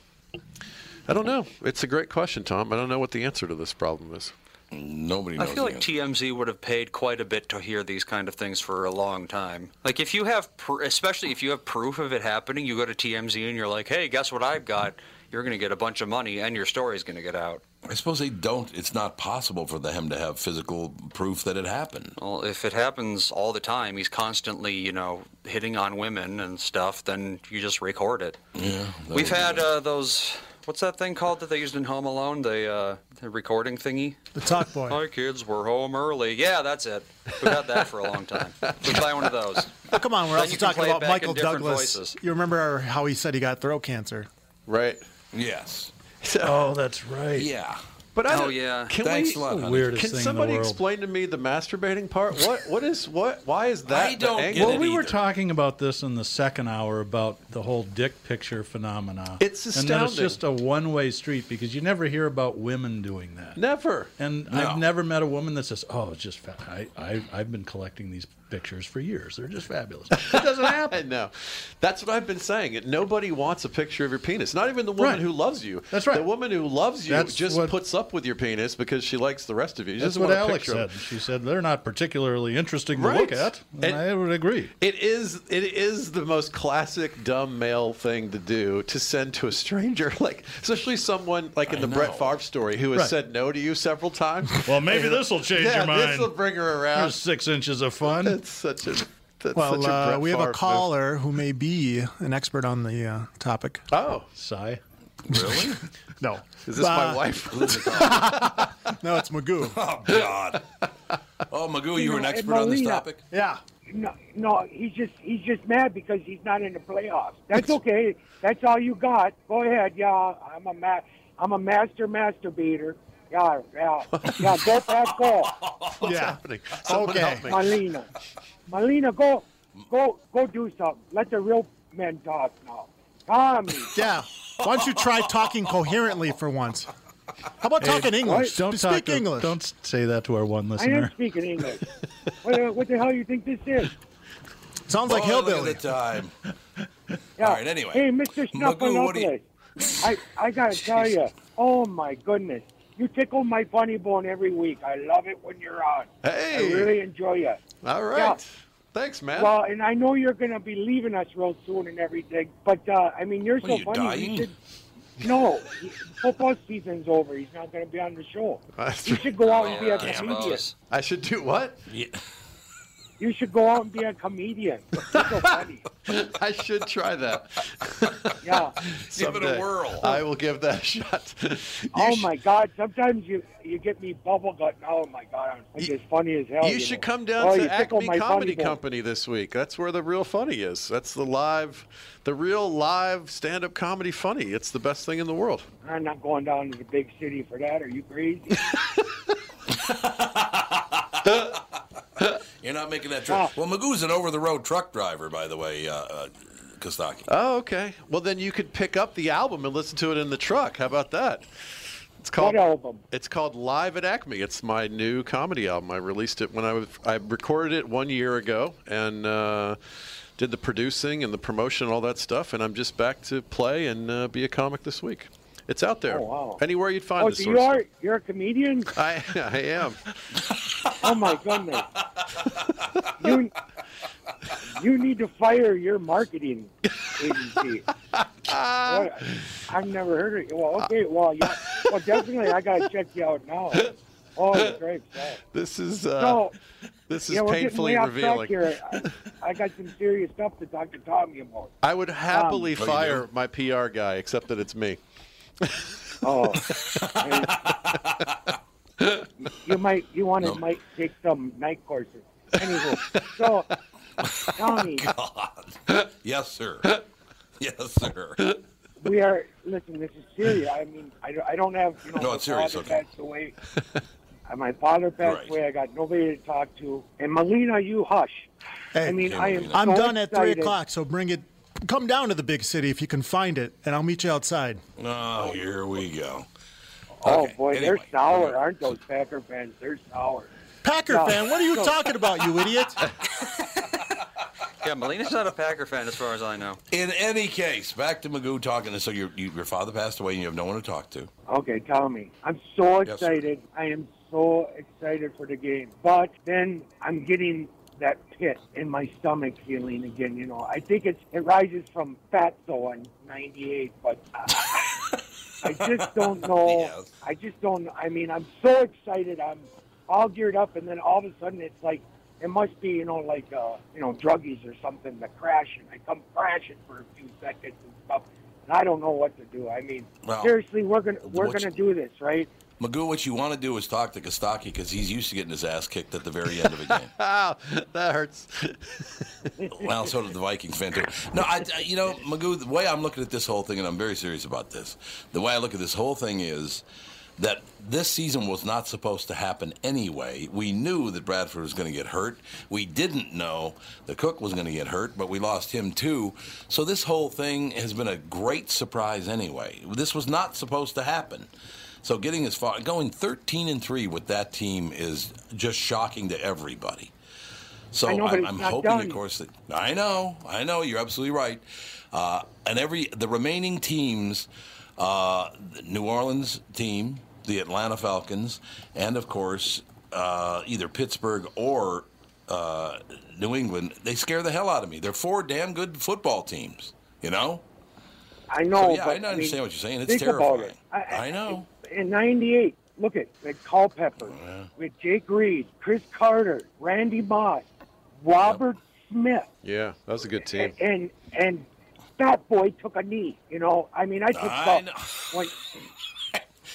[SPEAKER 8] I don't know. It's a great question, Tom. I don't know what the answer to this problem is.
[SPEAKER 1] Nobody
[SPEAKER 10] I feel like TMZ would have paid quite a bit to hear these kind of things for a long time. Like if you have, pr- especially if you have proof of it happening, you go to TMZ and you're like, "Hey, guess what I've got? You're going to get a bunch of money, and your story's going to get out."
[SPEAKER 1] I suppose they don't. It's not possible for them to have physical proof that it happened.
[SPEAKER 10] Well, if it happens all the time, he's constantly, you know, hitting on women and stuff. Then you just record it.
[SPEAKER 1] Yeah. that
[SPEAKER 10] We've
[SPEAKER 1] would-
[SPEAKER 10] had uh, those. What's that thing called that they used in Home Alone? The, uh, the recording thingy.
[SPEAKER 5] The talk boy.
[SPEAKER 10] Hi kids, we're home early. Yeah, that's it. We've had that for a long time. We buy one of those.
[SPEAKER 5] Oh, come on, we're
[SPEAKER 10] Then
[SPEAKER 5] also
[SPEAKER 10] you can
[SPEAKER 5] talking
[SPEAKER 10] play it
[SPEAKER 5] about
[SPEAKER 10] back in
[SPEAKER 5] Michael
[SPEAKER 10] different
[SPEAKER 5] Douglas.
[SPEAKER 10] voices.
[SPEAKER 5] You remember how he said he got throat cancer?
[SPEAKER 8] Right.
[SPEAKER 1] Yes.
[SPEAKER 7] oh, that's right.
[SPEAKER 1] Yeah.
[SPEAKER 8] But I
[SPEAKER 7] Oh,
[SPEAKER 8] don't-
[SPEAKER 7] yeah.
[SPEAKER 8] Can
[SPEAKER 7] Thanks
[SPEAKER 8] we,
[SPEAKER 7] a lot, The honey. weirdest
[SPEAKER 8] can
[SPEAKER 7] thing in the
[SPEAKER 8] somebody
[SPEAKER 7] world.
[SPEAKER 8] explain to me the masturbating part? What? What is what? Why is that? the angle?
[SPEAKER 7] Well, we were talking about this in the second hour about the whole dick picture phenomena.
[SPEAKER 8] It's
[SPEAKER 7] And that
[SPEAKER 8] astounding.
[SPEAKER 7] it's just a one-way street because you never hear about women doing that.
[SPEAKER 8] Never.
[SPEAKER 7] And I've never met a woman that says, "Oh, it's just fa- I, I I've been collecting these pictures for years. They're just fabulous." It doesn't happen.
[SPEAKER 8] no, that's what I've been saying. It- Nobody wants a picture of your penis. Not even the woman
[SPEAKER 7] Right.
[SPEAKER 8] who loves you.
[SPEAKER 7] That's right.
[SPEAKER 8] The woman who loves you
[SPEAKER 7] That's
[SPEAKER 8] just
[SPEAKER 7] what-
[SPEAKER 8] puts up with your penis because she likes the rest of you. She
[SPEAKER 7] That's
[SPEAKER 8] doesn't
[SPEAKER 7] what
[SPEAKER 8] want a
[SPEAKER 7] Alex
[SPEAKER 8] picture
[SPEAKER 7] said.
[SPEAKER 8] of-
[SPEAKER 7] She said they're not particularly interesting to
[SPEAKER 8] Right.
[SPEAKER 7] look at. And
[SPEAKER 8] And-
[SPEAKER 7] I would agree.
[SPEAKER 8] It is it is the most classic dumb male thing to do to send to a stranger, like especially someone like in the Brett Favre story who has
[SPEAKER 7] Right.
[SPEAKER 8] said no to you several times.
[SPEAKER 7] Well, maybe this'll change
[SPEAKER 8] yeah,
[SPEAKER 7] your mind.
[SPEAKER 8] This will bring her around.
[SPEAKER 7] There's six inches of fun. That's
[SPEAKER 8] such a that's
[SPEAKER 5] well,
[SPEAKER 8] such a
[SPEAKER 5] uh,
[SPEAKER 8] Brett
[SPEAKER 5] we have
[SPEAKER 8] Favre
[SPEAKER 5] a
[SPEAKER 8] move.
[SPEAKER 5] caller who may be an expert on the uh, topic.
[SPEAKER 8] Oh,
[SPEAKER 7] sigh.
[SPEAKER 1] Really?
[SPEAKER 5] no.
[SPEAKER 8] Is this my
[SPEAKER 5] Uh,
[SPEAKER 8] wife?
[SPEAKER 5] no, it's Magoo.
[SPEAKER 1] Oh God. Oh, Magoo, you were an
[SPEAKER 14] know,
[SPEAKER 1] expert on this
[SPEAKER 14] Molina-
[SPEAKER 1] topic.
[SPEAKER 5] Yeah.
[SPEAKER 14] No, no, he's just he's just mad because he's not in the playoffs. That's okay. That's all you got. Go ahead, yeah. I'm a ma- I'm a master masturbator. Yeah, yeah, yeah. Go back, go.
[SPEAKER 8] What's happening? Someone help me.
[SPEAKER 14] Malina, Malina, go, go, go, do something. Let the real men talk now. Tommy,
[SPEAKER 5] Yeah. Why don't you try talking coherently for once? How about
[SPEAKER 7] Hey,
[SPEAKER 5] talking English?
[SPEAKER 7] Don't
[SPEAKER 5] Speak
[SPEAKER 7] talk to-
[SPEAKER 5] English.
[SPEAKER 7] Don't say that to our one
[SPEAKER 14] I am
[SPEAKER 7] listener.
[SPEAKER 14] speaking English. what, uh, what the hell you think this is?
[SPEAKER 5] Sounds
[SPEAKER 1] like hillbilly. Oh, Look at the time.
[SPEAKER 14] Yeah.
[SPEAKER 1] All right, anyway.
[SPEAKER 14] Hey, Mr.
[SPEAKER 1] Magoo, what do you-
[SPEAKER 14] Snuffleupagus, I, I gotta tell you, oh my goodness, you tickle my funny bone every week. I love it when you're on.
[SPEAKER 8] Hey.
[SPEAKER 14] I really enjoy you.
[SPEAKER 8] All right.
[SPEAKER 14] Yeah.
[SPEAKER 8] Thanks, man.
[SPEAKER 14] Well, and I know you're gonna be leaving us real soon and everything, but uh, I mean, you're
[SPEAKER 8] What
[SPEAKER 14] so
[SPEAKER 8] are you,
[SPEAKER 14] funny.
[SPEAKER 8] dying?
[SPEAKER 14] You should. No, he- football season's over. He's not gonna be on the show.
[SPEAKER 8] That's
[SPEAKER 14] You
[SPEAKER 8] right.
[SPEAKER 14] should go out and be a
[SPEAKER 8] Yeah, I
[SPEAKER 14] comedian.
[SPEAKER 8] suppose. I should do what?
[SPEAKER 14] You should go out and be a comedian. You're so funny.
[SPEAKER 8] I should try that.
[SPEAKER 14] Yeah.
[SPEAKER 8] Give it a whirl. I will give that a shot.
[SPEAKER 14] oh my God! Sometimes you you get me bubble gut. Oh my God! I'm like as funny as hell.
[SPEAKER 8] You should come down
[SPEAKER 14] Oh, you
[SPEAKER 8] to
[SPEAKER 14] tickle
[SPEAKER 8] Acme
[SPEAKER 14] my
[SPEAKER 8] Comedy
[SPEAKER 14] funny bone.
[SPEAKER 8] Company this week. That's where the real funny is. That's the live, the real live stand-up comedy funny. It's the best thing in the world.
[SPEAKER 14] I'm not going down to the big city for that. Are you crazy?
[SPEAKER 1] You're not making that trip. Well, Magoo's an over-the-road truck driver, by the way, uh, uh, Kostaki.
[SPEAKER 8] Oh, okay. Well, then you could pick up the album and listen to it in the truck. How about that? It's called
[SPEAKER 14] what album?
[SPEAKER 8] It's called Live at Acme. It's my new comedy album. I released it when I was, I recorded it one year ago and uh, did the producing and the promotion and all that stuff. And I'm just back to play and uh, be a comic this week. It's out there.
[SPEAKER 14] Oh, wow.
[SPEAKER 8] Anywhere you'd find
[SPEAKER 14] Oh,
[SPEAKER 8] this
[SPEAKER 14] so
[SPEAKER 8] sort
[SPEAKER 14] you
[SPEAKER 8] of
[SPEAKER 14] are you're a comedian?
[SPEAKER 8] I I am.
[SPEAKER 14] Oh my goodness. you you need to fire your marketing agency. What- I've never heard of it. Well, okay, well, yeah, well, definitely, I gotta check you out now. Oh, great.
[SPEAKER 8] This is uh,
[SPEAKER 14] No.
[SPEAKER 8] this is
[SPEAKER 14] yeah, we're getting
[SPEAKER 8] painfully
[SPEAKER 14] way off track
[SPEAKER 8] revealing.
[SPEAKER 14] Here. I, I got some serious stuff to talk to Tommy about.
[SPEAKER 8] I would happily
[SPEAKER 14] Um, Oh, you
[SPEAKER 8] fire my PR guy, except that it's me.
[SPEAKER 14] Oh. You might, you want to might take some night courses. Anyway, so Tommy,
[SPEAKER 1] God. yes, sir. Yes, sir.
[SPEAKER 14] we are listen. This is serious. I mean, I, don't- I don't have you know.
[SPEAKER 1] No,
[SPEAKER 14] my
[SPEAKER 1] it's serious,
[SPEAKER 14] father
[SPEAKER 1] okay.
[SPEAKER 14] Passed away. Uh, My father passed away. I got nobody to talk to. And Melina, you hush. I mean, I am.
[SPEAKER 5] I'm
[SPEAKER 14] so
[SPEAKER 5] done at three
[SPEAKER 14] excited.
[SPEAKER 5] o'clock, so bring it. Come down to the big city if you can find it, and I'll meet you outside.
[SPEAKER 1] Oh, here we go.
[SPEAKER 14] Oh boy, they're sour, aren't those Packer fans? They're sour.
[SPEAKER 5] Packer
[SPEAKER 14] No.
[SPEAKER 5] fan, what are you
[SPEAKER 14] No.
[SPEAKER 5] talking about, you idiot?
[SPEAKER 10] Yeah, Molina's not a Packer fan, as far as I know.
[SPEAKER 1] In any case, back to Magoo talking. So your you, your father passed away, and you have no one to talk to.
[SPEAKER 14] Okay, Tommy. I'm so
[SPEAKER 1] Yes, sir.
[SPEAKER 14] excited. I am so excited for the game. But then I'm getting that pit in my stomach feeling again. You know, I think it's it rises from fatso in '98, but uh, I just don't know. I just don't. I mean, I'm so excited. I'm all geared up, and then all of a sudden, it's like it must be you know like uh, you know druggies or something. The crashing. I come crashing for a few seconds and stuff, and I don't know what to do. I mean,
[SPEAKER 1] Well,
[SPEAKER 14] seriously, we're gonna we're
[SPEAKER 1] what
[SPEAKER 14] gonna do this, right?
[SPEAKER 1] Magoo, what you want to do is talk to Kostaki because he's used to getting his ass kicked at the very end of a game.
[SPEAKER 8] Ow, that hurts.
[SPEAKER 1] well, so did the Vikings fan too. No, I, I- you know, Magoo, the way I'm looking at this whole thing, and I'm very serious about this. The way I look at this whole thing is that this season was not supposed to happen anyway. We knew that Bradford was going to get hurt. We didn't know the Cook was going to get hurt, but we lost him too. So this whole thing has been a great surprise anyway. This was not supposed to happen. So getting as far going 13 and 3 with that team is just shocking to everybody. So
[SPEAKER 14] I know, but
[SPEAKER 1] I'm,
[SPEAKER 14] it's
[SPEAKER 1] I'm
[SPEAKER 14] not
[SPEAKER 1] hoping,
[SPEAKER 14] done.
[SPEAKER 1] of course, that I know, I know, you're absolutely right. Uh, and every the remaining teams, uh, the New Orleans team, the Atlanta Falcons, and of course uh, either Pittsburgh or uh, New England, they scare the hell out of me. They're four damn good football teams, you know.
[SPEAKER 14] I know.
[SPEAKER 1] So, yeah,
[SPEAKER 14] but,
[SPEAKER 1] I understand what you're saying. It's
[SPEAKER 14] think about it.
[SPEAKER 1] terrifying. I know. Oh,
[SPEAKER 14] In '98, look at like Culpepper with Jake Reed, Chris Carter, Randy Moss, Robert Smith,
[SPEAKER 8] Yeah, that was a good team.
[SPEAKER 14] and and, and that boy took a knee. You know, I mean, I took
[SPEAKER 1] I
[SPEAKER 14] the-
[SPEAKER 1] know.
[SPEAKER 14] When,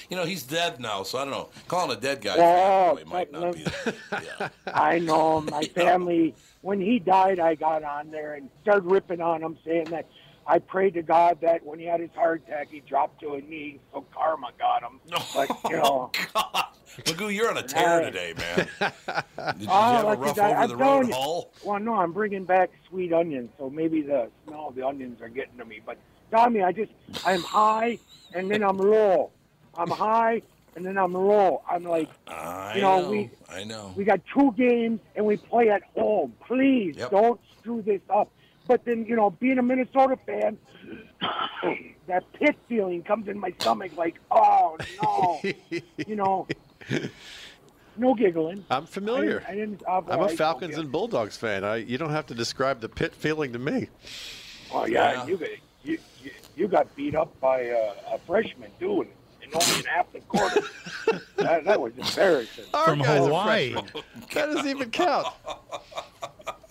[SPEAKER 1] You know he's dead now, so I don't know. Calling a dead guy
[SPEAKER 14] Oh,
[SPEAKER 1] probably might not be.
[SPEAKER 14] I know my family. When he died, I got on there and started ripping on him, saying that I prayed to God that when he had his heart attack, he dropped to a knee, so karma got him. But you know,
[SPEAKER 1] Magoo, you're on a tear today, man. Did, did you
[SPEAKER 14] Oh,
[SPEAKER 1] have a
[SPEAKER 14] like
[SPEAKER 1] rough
[SPEAKER 14] you got-
[SPEAKER 1] over
[SPEAKER 14] I'm
[SPEAKER 1] the
[SPEAKER 14] telling
[SPEAKER 1] road
[SPEAKER 14] you-
[SPEAKER 1] haul?
[SPEAKER 14] Well, no, I'm bringing back sweet onions, so maybe the smell of the onions are getting to me. But Tommy, I just I'm high and then I'm low. I'm high and then I'm low. I'm like,
[SPEAKER 1] I
[SPEAKER 14] you know,
[SPEAKER 1] know.
[SPEAKER 14] we
[SPEAKER 1] I know.
[SPEAKER 14] we got two games and we play at home. Please
[SPEAKER 1] Yep.
[SPEAKER 14] don't screw this up. But then you know, being a Minnesota fan, that pit feeling comes in my stomach like, oh no, you know. No giggling.
[SPEAKER 8] I'm familiar.
[SPEAKER 14] I, didn't. I didn't- uh,
[SPEAKER 8] I'm a
[SPEAKER 14] I-
[SPEAKER 8] Falcons and Bulldogs fan. I, you don't have to describe the pit feeling to me.
[SPEAKER 14] Oh yeah,
[SPEAKER 8] Yeah.
[SPEAKER 14] you got you, you, you got beat up by uh, a freshman too, and, and only in half the quarter. that, that was embarrassing.
[SPEAKER 8] From guy's a Hawaii. That doesn't even count.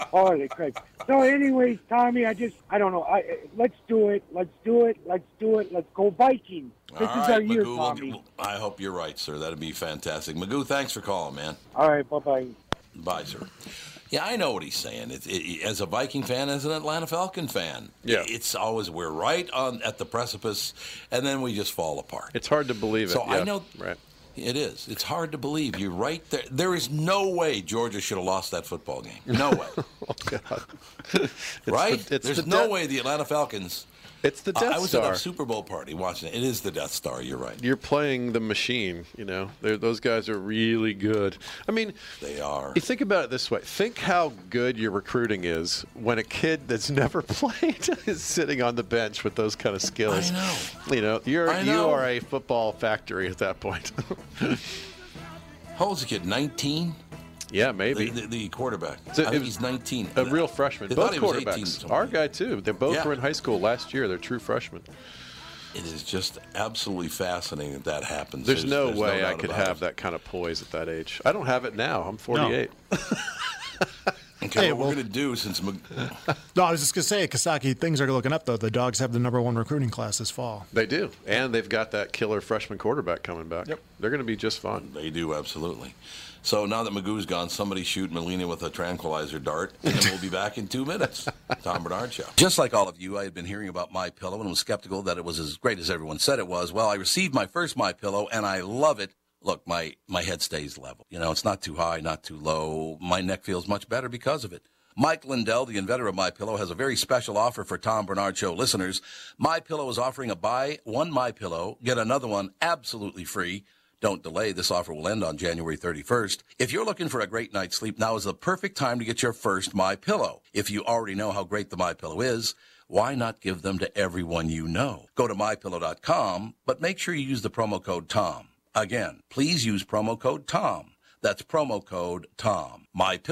[SPEAKER 14] Holy crap! So, anyways, Tommy, I just I don't know. I uh, let's do it. Let's do it. Let's do it. Let's go Vikings. This
[SPEAKER 1] All
[SPEAKER 14] is
[SPEAKER 1] right,
[SPEAKER 14] our year,
[SPEAKER 1] Magoo, we'll-
[SPEAKER 14] Tommy.
[SPEAKER 1] we'll- I hope you're right, sir. That'd be fantastic. Magoo, thanks for calling, man.
[SPEAKER 14] All right, bye bye.
[SPEAKER 1] Bye, sir. Yeah, I know what he's saying. It, it, as a Viking fan, as an Atlanta Falcon fan, yeah, it's always we're right on at the precipice, and then we just fall apart.
[SPEAKER 8] It's hard to believe it.
[SPEAKER 1] So I
[SPEAKER 8] yeah.
[SPEAKER 1] know
[SPEAKER 8] Right.
[SPEAKER 1] it is. It's hard to believe. You're right there. There is no way Georgia should have lost that football game. No way.
[SPEAKER 8] Oh, God.
[SPEAKER 1] right?
[SPEAKER 8] the- it's
[SPEAKER 1] There's
[SPEAKER 8] the
[SPEAKER 1] no
[SPEAKER 8] de-
[SPEAKER 1] way the Atlanta Falcons
[SPEAKER 8] It's the
[SPEAKER 1] I-
[SPEAKER 8] Death
[SPEAKER 1] I was at
[SPEAKER 8] Star.
[SPEAKER 1] a Super Bowl party watching it. It is the Death Star. You're right.
[SPEAKER 8] You're playing the machine, you know. They're, those guys are really good. I mean,
[SPEAKER 1] they are.
[SPEAKER 8] You think about it this way: think how good your recruiting is when a kid that's never played is sitting on the bench with those kind of skills. You know, you're
[SPEAKER 1] I
[SPEAKER 8] you
[SPEAKER 1] know.
[SPEAKER 8] are a football factory at that point.
[SPEAKER 1] How old's the kid? 19.
[SPEAKER 8] Yeah, maybe
[SPEAKER 1] the, the, the quarterback.
[SPEAKER 8] So
[SPEAKER 1] I
[SPEAKER 8] it
[SPEAKER 1] think
[SPEAKER 8] was
[SPEAKER 1] he's 19.
[SPEAKER 8] a real freshman.
[SPEAKER 1] They
[SPEAKER 8] Both
[SPEAKER 1] thought he was 18
[SPEAKER 8] quarterbacks.
[SPEAKER 1] somewhere.
[SPEAKER 8] Our guy too. They both
[SPEAKER 1] Yeah.
[SPEAKER 8] were in high school last year. They're true freshmen.
[SPEAKER 1] It is just absolutely fascinating that that happens.
[SPEAKER 8] There's, no way I
[SPEAKER 1] doubt
[SPEAKER 8] could
[SPEAKER 1] about it.
[SPEAKER 8] have that kind of poise at that age. I don't have it now. I'm 48.
[SPEAKER 1] Okay,
[SPEAKER 5] Hey,
[SPEAKER 1] what
[SPEAKER 5] well-
[SPEAKER 1] we're gonna do since Mc-
[SPEAKER 5] No, I was just gonna say, Kasaki. Things are looking up though. The dogs have the number one recruiting class this fall.
[SPEAKER 8] They do, and they've got that killer freshman quarterback coming back. Yep. They're going to be just fun.
[SPEAKER 1] They do absolutely. So now that Magoo's gone, somebody shoot Melina with a tranquilizer dart, and we'll be back in two minutes. Tom Bernard Show. Just like all of you, I had been hearing about My Pillow and was skeptical that it was as great as everyone said it was. Well, I received my first My Pillow, and I love it. Look, my my head stays level. You know, it's not too high, not too low. My neck feels much better because of it. Mike Lindell, the inventor of My Pillow, has a very special offer for Tom Bernard Show listeners. My Pillow is offering a buy one My Pillow, get another one absolutely free. Don't delay. This offer will end on January 31st. If you're looking for a great night's sleep, now is the perfect time to get your first My Pillow. If you already know how great the My Pillow is, why not give them to everyone you know? Go to mypillow.com, but make sure you use the promo code TOM. Again, please use promo code TOM. That's promo code TOM.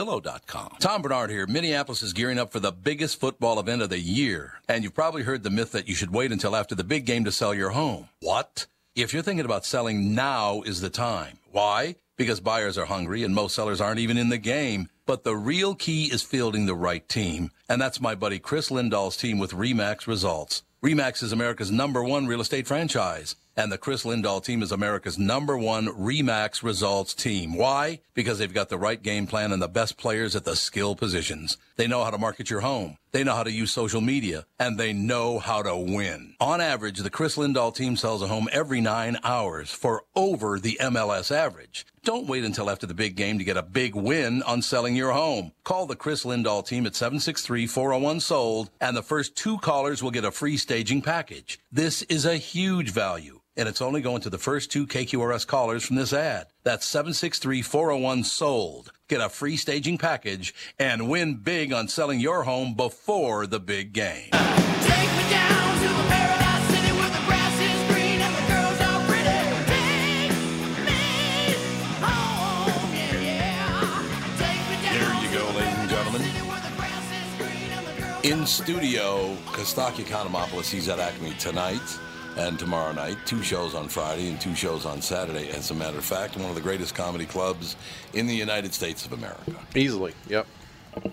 [SPEAKER 1] MyPillow.com. Tom Bernard here. Minneapolis is gearing up for the biggest football event of the year. And you've probably heard the myth that you should wait until after the big game to sell your home. What? If you're thinking about selling, now is the time. Why? Because buyers are hungry and most sellers aren't even in the game. But the real key is fielding the right team. And that's my buddy Chris Lindahl's team with Remax Results. Remax is America's number one real estate franchise. And the Chris Lindahl team is America's number one Remax results team. Why? Because they've got the right game plan and the best players at the skill positions. They know how to market your home. They know how to use social media and they know how to win. On average, the Chris Lindahl team sells a home every nine hours for over the MLS average. Don't wait until after the big game to get a big win on selling your home. Call the Chris Lindahl team at 763 401 Sold, and the first two callers will get a free staging package. This is a huge value, and it's only going to the first two KQRS callers from this ad. That's 763 401 Sold. Get a free staging package and win big on selling your home before the big game. There you go, ladies and gentlemen. In studio, Kostaki Economopoulos, he's at Acme tonight and tomorrow night. Two shows on Friday and two shows on Saturday, as a matter of fact, one of the greatest comedy clubs in the United States of America.
[SPEAKER 8] Easily, yep.
[SPEAKER 1] Yep,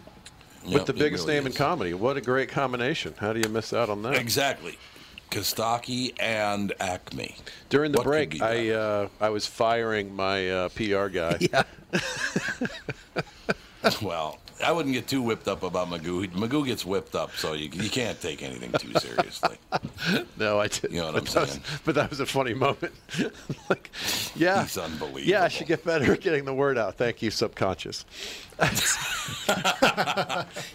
[SPEAKER 8] With the
[SPEAKER 1] it
[SPEAKER 8] biggest
[SPEAKER 1] really
[SPEAKER 8] name in comedy. What a great combination. How do you miss out on that?
[SPEAKER 1] Exactly. Kostaki and Acme.
[SPEAKER 8] During the
[SPEAKER 1] What could
[SPEAKER 8] break,
[SPEAKER 1] be
[SPEAKER 8] I uh, I was firing my uh, PR guy.
[SPEAKER 1] Yeah. Well, I wouldn't get too whipped up about Magoo. He- Magoo gets whipped up, so you, you can't take anything too seriously.
[SPEAKER 8] no, I didn't.
[SPEAKER 1] You know what
[SPEAKER 8] but
[SPEAKER 1] I'm
[SPEAKER 8] that was-
[SPEAKER 1] saying?
[SPEAKER 8] but that was a funny moment. like, yeah,
[SPEAKER 1] He's unbelievable.
[SPEAKER 8] yeah, I should get better at getting the word out. Thank you, subconscious.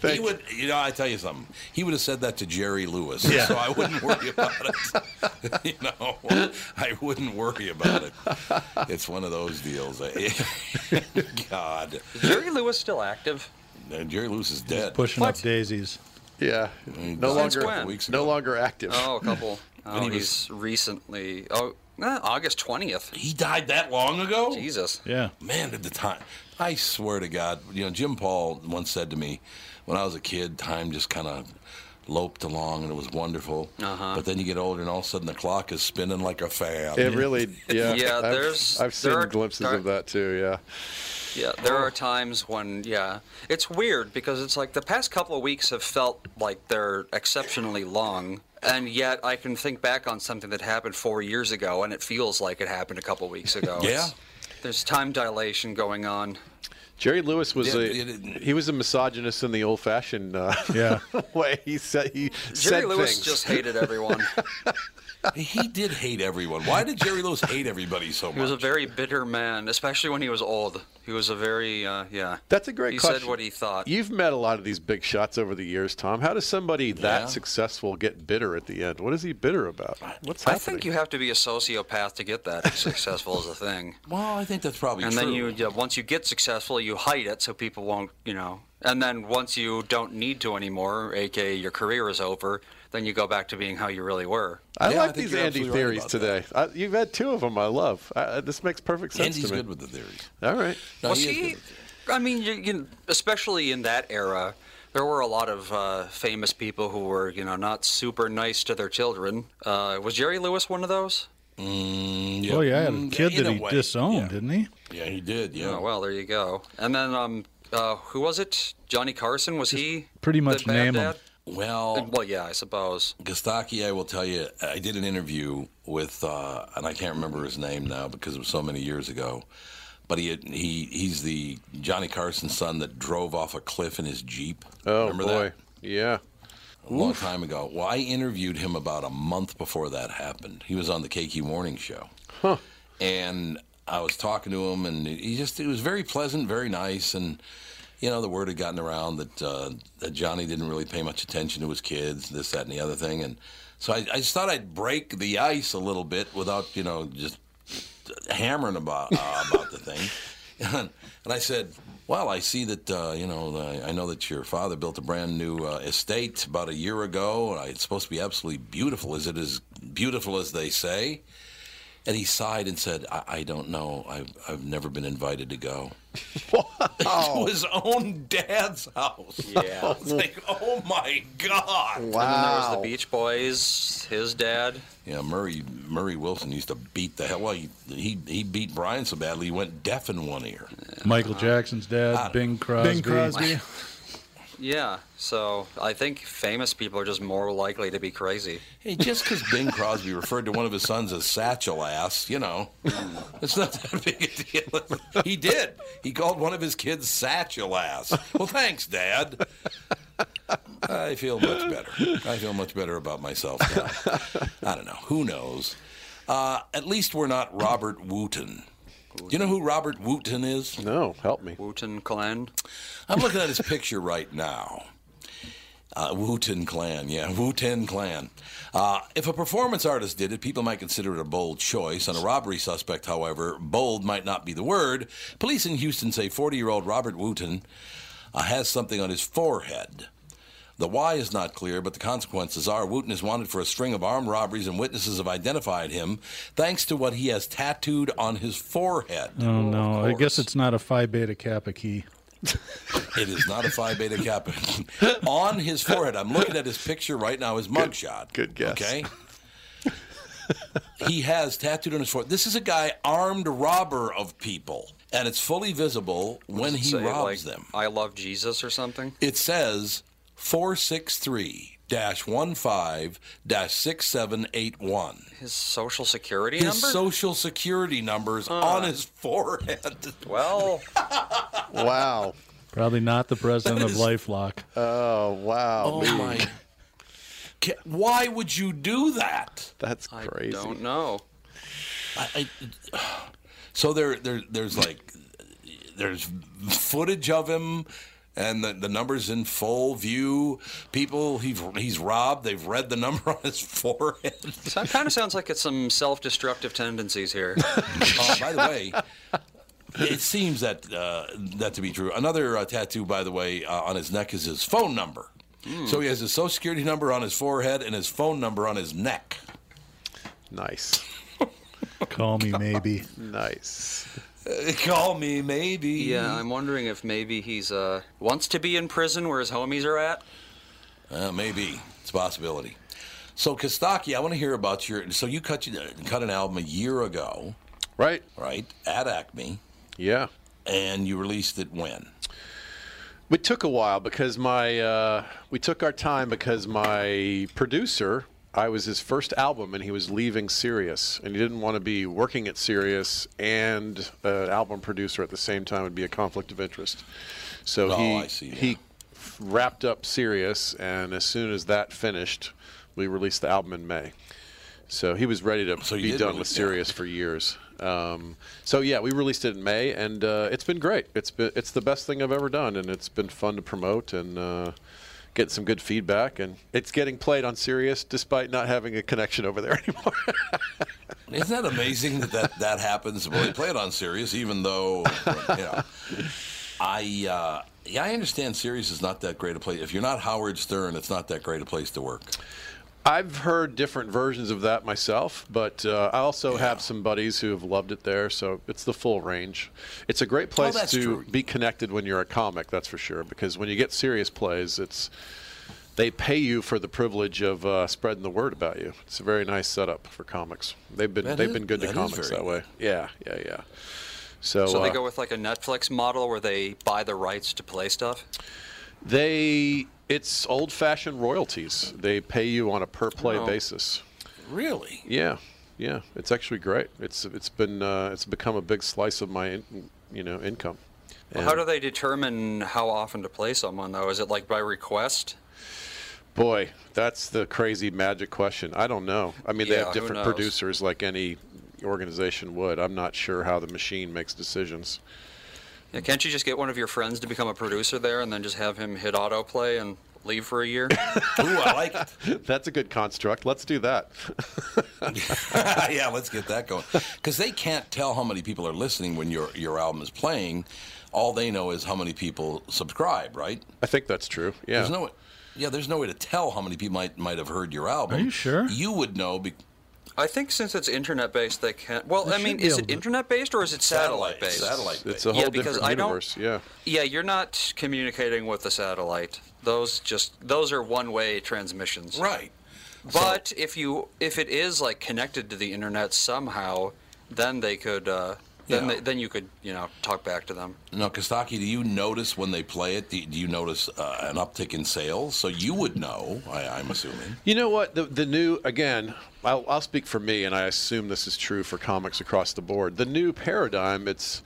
[SPEAKER 1] he would, you know, I tell you something. He would have said that to Jerry Lewis,
[SPEAKER 8] Yeah.
[SPEAKER 1] so I wouldn't worry about it. you know, I wouldn't worry about it. It's one of those deals. I- God,
[SPEAKER 10] Jerry Lewis still active?
[SPEAKER 1] No, Jerry Lewis is dead.
[SPEAKER 7] Pushing up daisies.
[SPEAKER 8] Yeah,
[SPEAKER 1] no
[SPEAKER 10] Since longer- when? weeks
[SPEAKER 8] no longer active.
[SPEAKER 10] Oh, a couple.
[SPEAKER 8] When
[SPEAKER 10] Oh,
[SPEAKER 8] he
[SPEAKER 10] he's recently. Oh, eh, August twentieth.
[SPEAKER 1] He died that long ago.
[SPEAKER 10] Jesus.
[SPEAKER 7] Yeah.
[SPEAKER 1] Man, at the time, I swear to God, you know, Jim Paul once said to me, when I was a kid, time just kind of loped along and it was wonderful.
[SPEAKER 10] Uh-huh.
[SPEAKER 1] But then you get older and all of a sudden the clock is spinning like a fan.
[SPEAKER 8] It really, uh, yeah.
[SPEAKER 10] Yeah,
[SPEAKER 8] I've,
[SPEAKER 10] there's-
[SPEAKER 8] I've seen
[SPEAKER 10] there are-
[SPEAKER 8] glimpses
[SPEAKER 10] there-
[SPEAKER 8] of that too. Yeah.
[SPEAKER 10] Yeah, there are times when yeah, it's weird because it's like the past couple of weeks have felt like they're exceptionally long, and yet I can think back on something that happened four years ago, and it feels like it happened a couple of weeks ago.
[SPEAKER 1] Yeah.
[SPEAKER 10] It's- there's time dilation going on.
[SPEAKER 8] Jerry Lewis was
[SPEAKER 1] Yeah,
[SPEAKER 8] a
[SPEAKER 1] it-
[SPEAKER 8] he was a misogynist in the old-fashioned uh,
[SPEAKER 7] yeah.
[SPEAKER 8] way. He said he
[SPEAKER 10] Jerry
[SPEAKER 8] said
[SPEAKER 10] Lewis
[SPEAKER 8] things.
[SPEAKER 10] just hated everyone.
[SPEAKER 1] he did hate everyone. Why did Jerry Lewis hate everybody so
[SPEAKER 10] He
[SPEAKER 1] much?
[SPEAKER 10] was a very bitter man, especially when he was old. He was a very uh, yeah.
[SPEAKER 8] That's a great
[SPEAKER 10] he
[SPEAKER 8] question.
[SPEAKER 10] said what he thought.
[SPEAKER 8] You've met a lot of these big shots over the years, Tom. How does somebody that
[SPEAKER 10] Yeah.
[SPEAKER 8] successful get bitter at the end? What is he bitter about? What's
[SPEAKER 10] I
[SPEAKER 8] happening?
[SPEAKER 10] think you have to be a sociopath to get that successful as a thing.
[SPEAKER 1] Well, I think that's probably
[SPEAKER 10] and
[SPEAKER 1] true.
[SPEAKER 10] then you yeah, once you get successful, you hide it so people won't, you know. And then once you don't need to anymore, aka your career is over, then you go back to being how you really were.
[SPEAKER 8] I like these Andy theories today. I, you've had two of them. I love. I, I- this makes perfect sense
[SPEAKER 10] Andy's
[SPEAKER 8] to me.
[SPEAKER 10] good with
[SPEAKER 1] the theories.
[SPEAKER 8] All right.
[SPEAKER 10] well, see, I mean, you, you, especially in that era, there were a lot of uh, famous people who were, you know, not super nice to their children. Uh, was Jerry Lewis one of those?
[SPEAKER 1] Mm,
[SPEAKER 7] Oh yeah, I had a kid
[SPEAKER 10] in
[SPEAKER 7] that
[SPEAKER 10] a
[SPEAKER 7] he
[SPEAKER 10] way,
[SPEAKER 7] disowned, didn't he?
[SPEAKER 1] Yeah, he did. Yeah.
[SPEAKER 10] Oh, well, there you go. And then, um, uh, who was it? Johnny Carson? Was he
[SPEAKER 7] Pretty much
[SPEAKER 10] the
[SPEAKER 7] name
[SPEAKER 10] bad
[SPEAKER 7] him.
[SPEAKER 10] dad? Oh,
[SPEAKER 1] Well,
[SPEAKER 10] well, yeah, I suppose.
[SPEAKER 1] Gustaki, I will tell you, I did an interview with, uh, and I can't remember his name now because it was so many years ago. But he had, he he's the Johnny Carson son that drove off a cliff in his jeep.
[SPEAKER 8] Oh
[SPEAKER 1] remember
[SPEAKER 8] boy.
[SPEAKER 1] that?
[SPEAKER 8] Yeah.
[SPEAKER 1] A long time ago. Well, I interviewed him about a month before that happened. He was on the KQ Morning Show.
[SPEAKER 8] Huh.
[SPEAKER 1] and I was talking to him, and he just he was very pleasant, very nice, and you know the word had gotten around that uh, that Johnny didn't really pay much attention to his kids, this, that, and the other thing, and so I, I just thought I'd break the ice a little bit without you know just hammering about uh, about the thing. And I said, "Well, I see that uh, you know. the- I know that your father built a brand new uh, estate about a year ago, and it's supposed to be absolutely beautiful. Is it as beautiful as they say?" And he sighed and said, I, I don't know. I've, I've never been invited to go. to his own dad's house.
[SPEAKER 10] Yeah.
[SPEAKER 1] It's like, oh my God.
[SPEAKER 10] And then there was the Beach Boys, his dad.
[SPEAKER 1] Yeah, Murray Murray Wilson used to beat the hell. Well, he, he, he beat Brian so badly he went deaf in one ear.
[SPEAKER 7] Michael Jackson's dad, Bing Crosby.
[SPEAKER 10] Yeah, so I think famous people are just more likely to be crazy.
[SPEAKER 1] Hey, just because Bing Crosby referred to one of his sons as satchel ass, you know, it's not that big a deal. He did. He called one of his kids satchel ass. Well, thanks, Dad. I feel much better. I feel much better about myself now. I don't know. Who knows? Uh, at least we're not Robert Wooten. Do you know who Robert Wooten is?
[SPEAKER 8] No, help me.
[SPEAKER 10] Wooten Clan.
[SPEAKER 1] I'm looking at his picture right now. Uh, Wooten Clan, yeah, Wooten Clan. Uh, if a performance artist did it, people might consider it a bold choice. On a robbery suspect, however, bold might not be the word. Police in Houston say 40 year old Robert Wooten uh, has something on his forehead. The why is not clear, but the consequences are Wooten is wanted for a string of armed robberies, and witnesses have identified him thanks to what he has tattooed on his forehead.
[SPEAKER 7] Oh no, I guess it's not a Phi Beta Kappa key.
[SPEAKER 1] It is not a Phi Beta Kappa. On his forehead, I'm looking at his picture right now, his mugshot. Good, guess. Okay. He has tattooed on his forehead. This is a guy armed robber of people, and it's fully visible when he
[SPEAKER 10] Say,
[SPEAKER 1] robs
[SPEAKER 10] like,
[SPEAKER 1] them.
[SPEAKER 10] I love Jesus or something.
[SPEAKER 1] It says 463 15 6781.
[SPEAKER 10] His social security
[SPEAKER 1] His
[SPEAKER 10] number?
[SPEAKER 1] social security number is on his forehead.
[SPEAKER 10] Well,
[SPEAKER 8] Wow.
[SPEAKER 7] Probably not the president of
[SPEAKER 1] is-
[SPEAKER 7] LifeLock.
[SPEAKER 8] Oh wow.
[SPEAKER 1] Oh,
[SPEAKER 8] man.
[SPEAKER 1] my. Ca- Why would you do that?
[SPEAKER 8] That's
[SPEAKER 10] I
[SPEAKER 8] crazy.
[SPEAKER 10] don't know.
[SPEAKER 1] I, I, so there, there, there's like, there's footage of him, and the, the numbers in full view. People he's he's robbed. They've read the number on his forehead.
[SPEAKER 10] So it kind of sounds like it's some self-destructive tendencies here.
[SPEAKER 1] Oh, by the way, it seems that uh, that to be true. Another uh, tattoo, by the way, uh, on his neck is his phone number. So he has his social security number on his forehead and his phone number on his neck.
[SPEAKER 8] Nice.
[SPEAKER 7] Call me maybe.
[SPEAKER 8] Nice.
[SPEAKER 1] Call me maybe.
[SPEAKER 10] Yeah, I'm wondering if maybe he's uh wants to be in prison where his homies are at.
[SPEAKER 1] Uh, maybe it's a possibility. So Kostaki, I want to hear about your. So you cut you cut an album a year ago,
[SPEAKER 8] right?
[SPEAKER 1] Right at Acme,
[SPEAKER 8] Yeah.
[SPEAKER 1] and you released it when?
[SPEAKER 8] It took a while because my uh, we took our time because my producer I was his first album, and he was leaving Sirius, and he didn't want to be working at Sirius and an album producer at the same time would be a conflict of interest. So
[SPEAKER 1] Oh,
[SPEAKER 8] he
[SPEAKER 1] I see,
[SPEAKER 8] he wrapped up Sirius, and as soon as that finished, we released the album in May. So he was ready to
[SPEAKER 1] you
[SPEAKER 8] be
[SPEAKER 1] did
[SPEAKER 8] done with
[SPEAKER 1] release- yeah.
[SPEAKER 8] Sirius for years. Um, so yeah, we released it in May, and uh, it's been great. It's been it's the best thing I've ever done, and it's been fun to promote and uh, get some good feedback. And it's getting played on Sirius despite not having a connection over there anymore.
[SPEAKER 1] Isn't that amazing that that, that happens? Well, they play it on Sirius, even though, you know, I uh, yeah, I understand Sirius is not that great a place. If you're not Howard Stern, it's not that great a place to work.
[SPEAKER 8] I've heard different versions of that myself, but uh, I also have some buddies who have loved it there, so it's the full range. It's a
[SPEAKER 10] Oh,
[SPEAKER 8] great place
[SPEAKER 1] that's
[SPEAKER 8] to
[SPEAKER 1] true.
[SPEAKER 8] be connected when you're a comic, that's for sure, because when you get serious plays, it's they pay you for the privilege of uh, spreading the word about you. It's a very nice setup for comics. They've been
[SPEAKER 10] That
[SPEAKER 8] they've
[SPEAKER 10] is-
[SPEAKER 8] been good to
[SPEAKER 10] that is
[SPEAKER 8] comics
[SPEAKER 10] very
[SPEAKER 8] that way. Yeah, yeah, yeah.
[SPEAKER 1] Oh,
[SPEAKER 8] So,
[SPEAKER 10] So
[SPEAKER 8] uh,
[SPEAKER 10] they go with like a Netflix model where they buy the rights to play stuff.
[SPEAKER 8] they it's old-fashioned royalties. They pay you on a per play
[SPEAKER 10] Oh.
[SPEAKER 8] basis.
[SPEAKER 1] Really?
[SPEAKER 8] Yeah, yeah. It's actually great. It's it's been uh, it's become a big slice of my in, you know income.
[SPEAKER 10] Well,
[SPEAKER 8] And
[SPEAKER 10] how do they determine how often to play someone though? Is it like by request?
[SPEAKER 8] boy, that's the crazy magic question. I don't know. I mean, they
[SPEAKER 10] Yeah,
[SPEAKER 8] have
[SPEAKER 10] who
[SPEAKER 8] different
[SPEAKER 10] knows?
[SPEAKER 8] producers like any organization would. I'm not sure how the machine makes decisions.
[SPEAKER 10] Yeah, can't you just get one of your friends to become a producer there and then just have him hit autoplay and leave for a year?
[SPEAKER 1] Ooh, I like it.
[SPEAKER 8] That's a good construct. Let's do that.
[SPEAKER 1] yeah, let's get that going. Because they can't tell how many people are listening when your your album is playing. All they know is how many people subscribe, right?
[SPEAKER 8] I think that's true. Yeah.
[SPEAKER 1] There's no, yeah, there's no way to tell how many people might might have heard your album. Are you sure? You would know. Be-
[SPEAKER 10] I think since it's internet based, they can't. Well,
[SPEAKER 1] They
[SPEAKER 10] I mean,
[SPEAKER 1] should be
[SPEAKER 10] is
[SPEAKER 1] able
[SPEAKER 10] it
[SPEAKER 1] to-
[SPEAKER 10] internet based or is it satellite based?
[SPEAKER 1] Satellite.
[SPEAKER 8] It's a whole
[SPEAKER 10] yeah, because
[SPEAKER 8] different
[SPEAKER 10] I don't.
[SPEAKER 8] universe. Yeah.
[SPEAKER 10] Yeah, you're not communicating with the satellite. Those just those are one-way transmissions.
[SPEAKER 1] Right.
[SPEAKER 10] But if you if it is like connected to the internet somehow, then they could uh, then
[SPEAKER 1] Yeah.
[SPEAKER 10] they, then you could you know talk back to them.
[SPEAKER 1] Now, Kostaki, do you notice when they play it? Do, do you notice uh, an uptick in sales? So you would know. I, I'm assuming.
[SPEAKER 8] You know what? The, the new, again, I'll, I'll speak for me, and I assume this is true for comics across the board. The new paradigm, it's.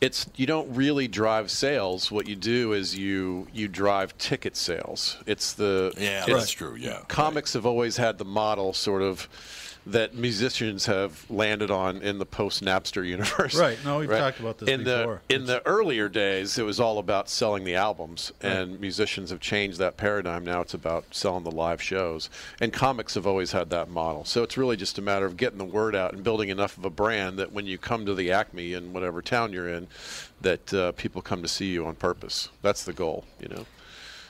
[SPEAKER 8] It's you don't really drive sales. What you do is you you drive ticket sales. It's the
[SPEAKER 1] Yeah,
[SPEAKER 8] it's-
[SPEAKER 1] that's true, yeah.
[SPEAKER 8] comics have always had the model sort of that musicians have landed on in the post Napster universe.
[SPEAKER 7] Right. No, we've talked about this
[SPEAKER 8] in
[SPEAKER 7] before.
[SPEAKER 8] The, in the earlier days, it was all about selling the albums, and musicians have changed that paradigm. Now it's about selling the live shows, and comics have always had that model. So it's really just a matter of getting the word out and building enough of a brand that when you come to the Acme in whatever town you're in, that uh, people come to see you on purpose. That's the goal, you know.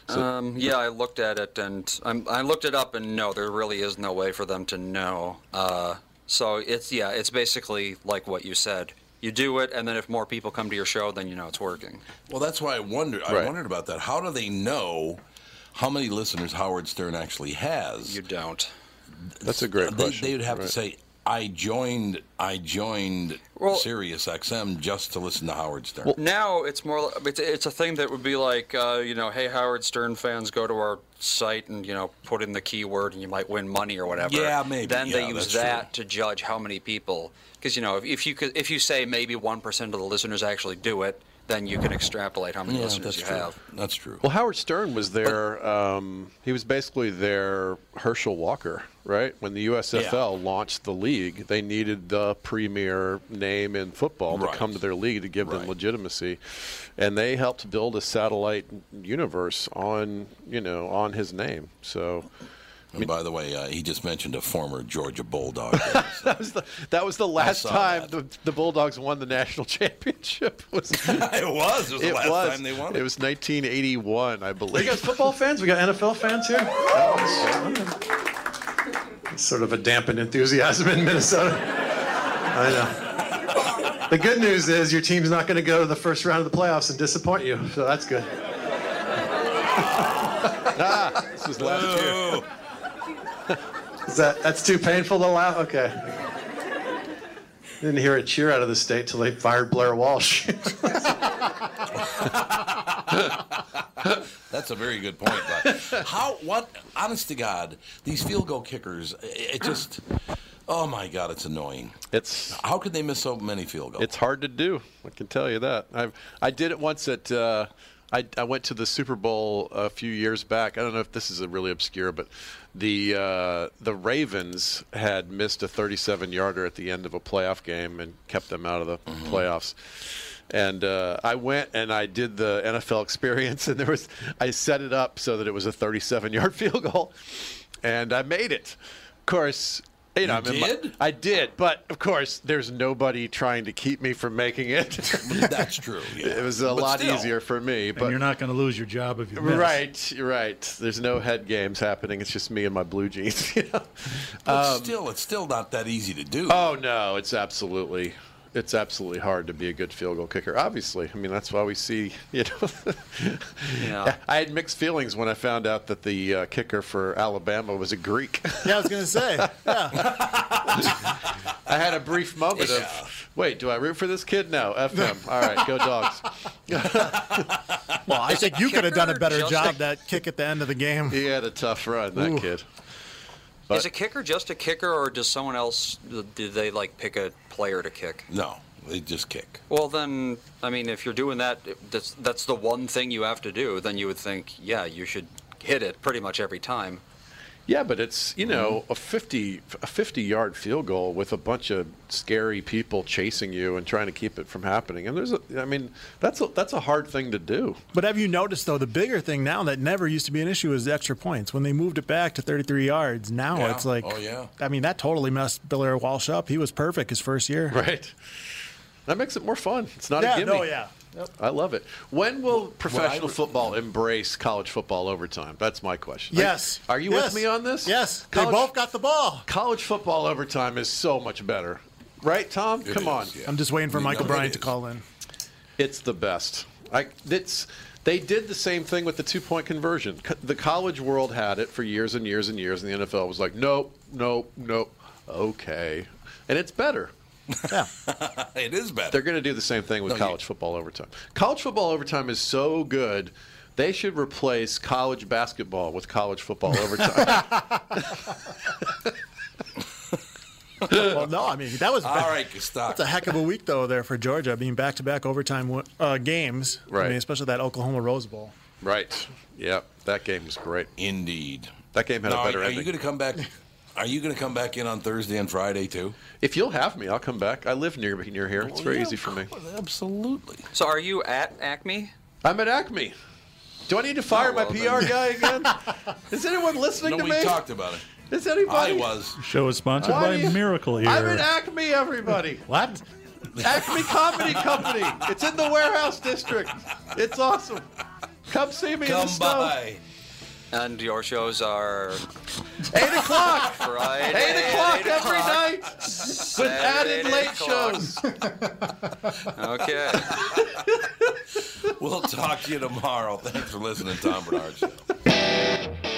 [SPEAKER 8] So-
[SPEAKER 10] um, yeah, I looked at it and I'm, I looked it up and no, there really is no way for them to know. Uh, so it's yeah, it's basically like what you said. You do it, and then if more people come to your show, then you know it's working.
[SPEAKER 1] Well, that's why I wondered. I
[SPEAKER 10] Right.
[SPEAKER 1] wondered about that. How do they know how many listeners Howard Stern actually has? You
[SPEAKER 10] don't.
[SPEAKER 8] That's a great
[SPEAKER 1] they,
[SPEAKER 8] question.
[SPEAKER 1] They would have
[SPEAKER 8] Right.
[SPEAKER 1] to say, "I joined. I joined
[SPEAKER 10] Well-
[SPEAKER 1] Sirius XM just to listen to Howard Stern."
[SPEAKER 10] now it's more. li- It's, it's a thing that would be like, uh, you know, hey, Howard Stern fans, go to our site and you know, put in the keyword, and you might win money or whatever.
[SPEAKER 1] Yeah, maybe.
[SPEAKER 10] Then
[SPEAKER 1] Yeah,
[SPEAKER 10] they use
[SPEAKER 1] that's
[SPEAKER 10] that to judge how many people, because you know, if, if you could, if you say maybe one percent of the listeners actually do it, then you can extrapolate how many
[SPEAKER 8] Yeah,
[SPEAKER 10] listeners
[SPEAKER 8] that's
[SPEAKER 10] you
[SPEAKER 8] true.
[SPEAKER 10] have.
[SPEAKER 1] That's true.
[SPEAKER 8] Well, Howard Stern was their, um, he was basically their Herschel Walker, right? When the USFL launched the league, they needed the premier name in football
[SPEAKER 1] Right.
[SPEAKER 8] to come to their league to give them legitimacy. And they helped build a satellite universe on, you know, on his name. So.
[SPEAKER 1] And by the way, uh, he just mentioned a former Georgia Bulldog.
[SPEAKER 8] that was the that was the last
[SPEAKER 1] saw
[SPEAKER 8] time the, the Bulldogs won the national championship. Was, it
[SPEAKER 1] was. It was the last time they won it.
[SPEAKER 8] It was 1981, I believe.
[SPEAKER 15] We got football fans. We got NFL fans here.
[SPEAKER 8] sort of a dampened enthusiasm in Minnesota.
[SPEAKER 15] I know. The good news is your team's not going to go to the first round of the playoffs and disappoint you, so that's good.
[SPEAKER 8] ah, this was last
[SPEAKER 1] year.
[SPEAKER 15] Is that that's too painful to laugh? Okay. Didn't hear a cheer out of the state till they fired Blair Walsh.
[SPEAKER 1] That's a very good point. But how? What? Honest to God, these field goal kickers. It, it just. Oh my God, it's annoying.
[SPEAKER 8] It's
[SPEAKER 1] how could they miss so many field goals?
[SPEAKER 8] It's hard to do. I can tell you that. I I did it once at. Uh, I, I went to the Super Bowl a few years back. I don't know if this is a really obscure, but the uh, the Ravens had missed a 37 yarder at the end of a playoff game and kept them out of the playoffs. And uh, I went and I did the NFL experience, and there was I set it up so that it was a 37 yard field goal, and I made it. Of course. You, know,
[SPEAKER 1] You
[SPEAKER 8] I'm in my-
[SPEAKER 1] did?
[SPEAKER 8] I did, but of course, there's nobody trying to keep me from making it.
[SPEAKER 1] That's true.
[SPEAKER 8] It was a
[SPEAKER 7] But
[SPEAKER 8] lot
[SPEAKER 7] still.
[SPEAKER 8] easier for me, but
[SPEAKER 7] and you're not going to lose your job if you miss.
[SPEAKER 8] Right, you're right. There's no head games happening. It's just me and my blue jeans. you know?
[SPEAKER 1] But
[SPEAKER 8] Um,
[SPEAKER 1] still, it's still not that easy to do.
[SPEAKER 8] Oh no, it's absolutely, it's absolutely hard to be a good field goal kicker. Obviously, I mean that's why we see. You know,
[SPEAKER 10] Yeah.
[SPEAKER 8] I had mixed feelings when I found out that the uh, kicker for Alabama was a Greek.
[SPEAKER 5] Yeah, I was gonna say.
[SPEAKER 8] I had a brief moment of, wait, do I root for this kid? No, f him. All right, go dogs.
[SPEAKER 5] Well, I think you could have done a better
[SPEAKER 10] just
[SPEAKER 5] job that kick at the end of the game.
[SPEAKER 8] He had a tough run, that
[SPEAKER 5] Ooh.
[SPEAKER 8] kid.
[SPEAKER 10] is a kicker just a kicker, or does someone else? Do they like pick a player to kick?
[SPEAKER 1] No, they just kick.
[SPEAKER 10] Well, then, I mean, if you're doing that, that's that's the one thing you have to do. Then you would think, yeah, you should hit it pretty much every time.
[SPEAKER 8] Yeah, but it's you know a fifty a fifty yard field goal with a bunch of scary people chasing you and trying to keep it from happening. And there's a, I mean that's a, that's a hard thing to do.
[SPEAKER 5] But have you noticed though the bigger thing now that never used to be an issue is the extra points. When they moved it back to 33 yards, now
[SPEAKER 8] Yeah.
[SPEAKER 5] it's like,
[SPEAKER 8] Oh, yeah.
[SPEAKER 5] I mean that totally messed Blair Walsh up. He was perfect his first year.
[SPEAKER 8] Right. That makes it more fun. It's not
[SPEAKER 5] Yeah,
[SPEAKER 8] a gimme.
[SPEAKER 5] no, yeah. Yep.
[SPEAKER 8] I love it. When will professional
[SPEAKER 5] would-
[SPEAKER 8] football embrace college football overtime? That's my question. Are-
[SPEAKER 5] Yes.
[SPEAKER 8] Are you
[SPEAKER 5] Yes.
[SPEAKER 8] with me on this?
[SPEAKER 5] Yes.
[SPEAKER 8] College-
[SPEAKER 5] they both got the ball.
[SPEAKER 8] College football overtime is so much better. Right, Tom? Come on.
[SPEAKER 5] I'm just waiting for Michael Bryant to call in.
[SPEAKER 8] It's the best. I it's they did the same thing with the two point conversion. Co- The college world had it for years and years and years, and the NFL was like, nope, nope, nope, okay, and it's better.
[SPEAKER 1] it is better.
[SPEAKER 8] They're going to do the same thing with
[SPEAKER 1] No, you-
[SPEAKER 8] college football overtime. College football overtime is so good. They should replace college basketball with college football overtime.
[SPEAKER 5] well, no, I mean that was
[SPEAKER 1] All right, stop.
[SPEAKER 5] That's a heck of a week though there for Georgia. I mean back to back overtime wi- uh, games. I
[SPEAKER 8] Right.
[SPEAKER 5] mean, especially that Oklahoma Rose Bowl.
[SPEAKER 8] right. Yep. That game was great.
[SPEAKER 1] Indeed.
[SPEAKER 8] That game had
[SPEAKER 1] Now,
[SPEAKER 8] a
[SPEAKER 1] are-
[SPEAKER 8] better
[SPEAKER 1] are,
[SPEAKER 8] ending.
[SPEAKER 1] you going to come back? Are you going to come back in on Thursday and Friday too?
[SPEAKER 8] If you'll have me, I'll come back. I live near near
[SPEAKER 1] Oh,
[SPEAKER 8] here. It's very easy for me.
[SPEAKER 1] Absolutely.
[SPEAKER 10] So, are you at Acme?
[SPEAKER 8] I'm at Acme. Do I need to fire my PR guy again? Is anyone listening
[SPEAKER 1] No,
[SPEAKER 8] to
[SPEAKER 1] we
[SPEAKER 8] me?
[SPEAKER 1] talked about it.
[SPEAKER 8] Is anybody?
[SPEAKER 1] I was.
[SPEAKER 7] The show is sponsored
[SPEAKER 8] Why
[SPEAKER 7] by
[SPEAKER 8] do you-
[SPEAKER 7] Miracle Ear.
[SPEAKER 8] I'm at Acme, everybody.
[SPEAKER 7] what?
[SPEAKER 8] Acme Comedy Company. It's in the warehouse district. It's awesome. Come see me in the
[SPEAKER 10] Come
[SPEAKER 8] snow.
[SPEAKER 10] by. And your shows are
[SPEAKER 8] Eight o'clock.
[SPEAKER 10] Friday.
[SPEAKER 8] Eight o'clock
[SPEAKER 10] at
[SPEAKER 8] every
[SPEAKER 10] o'clock.
[SPEAKER 8] night with
[SPEAKER 10] Saturday
[SPEAKER 8] added
[SPEAKER 10] at
[SPEAKER 8] late
[SPEAKER 10] 8 o'clock.
[SPEAKER 8] shows.
[SPEAKER 10] Okay.
[SPEAKER 1] We'll talk to you tomorrow. Thanks for listening, Tom Bernard. Show.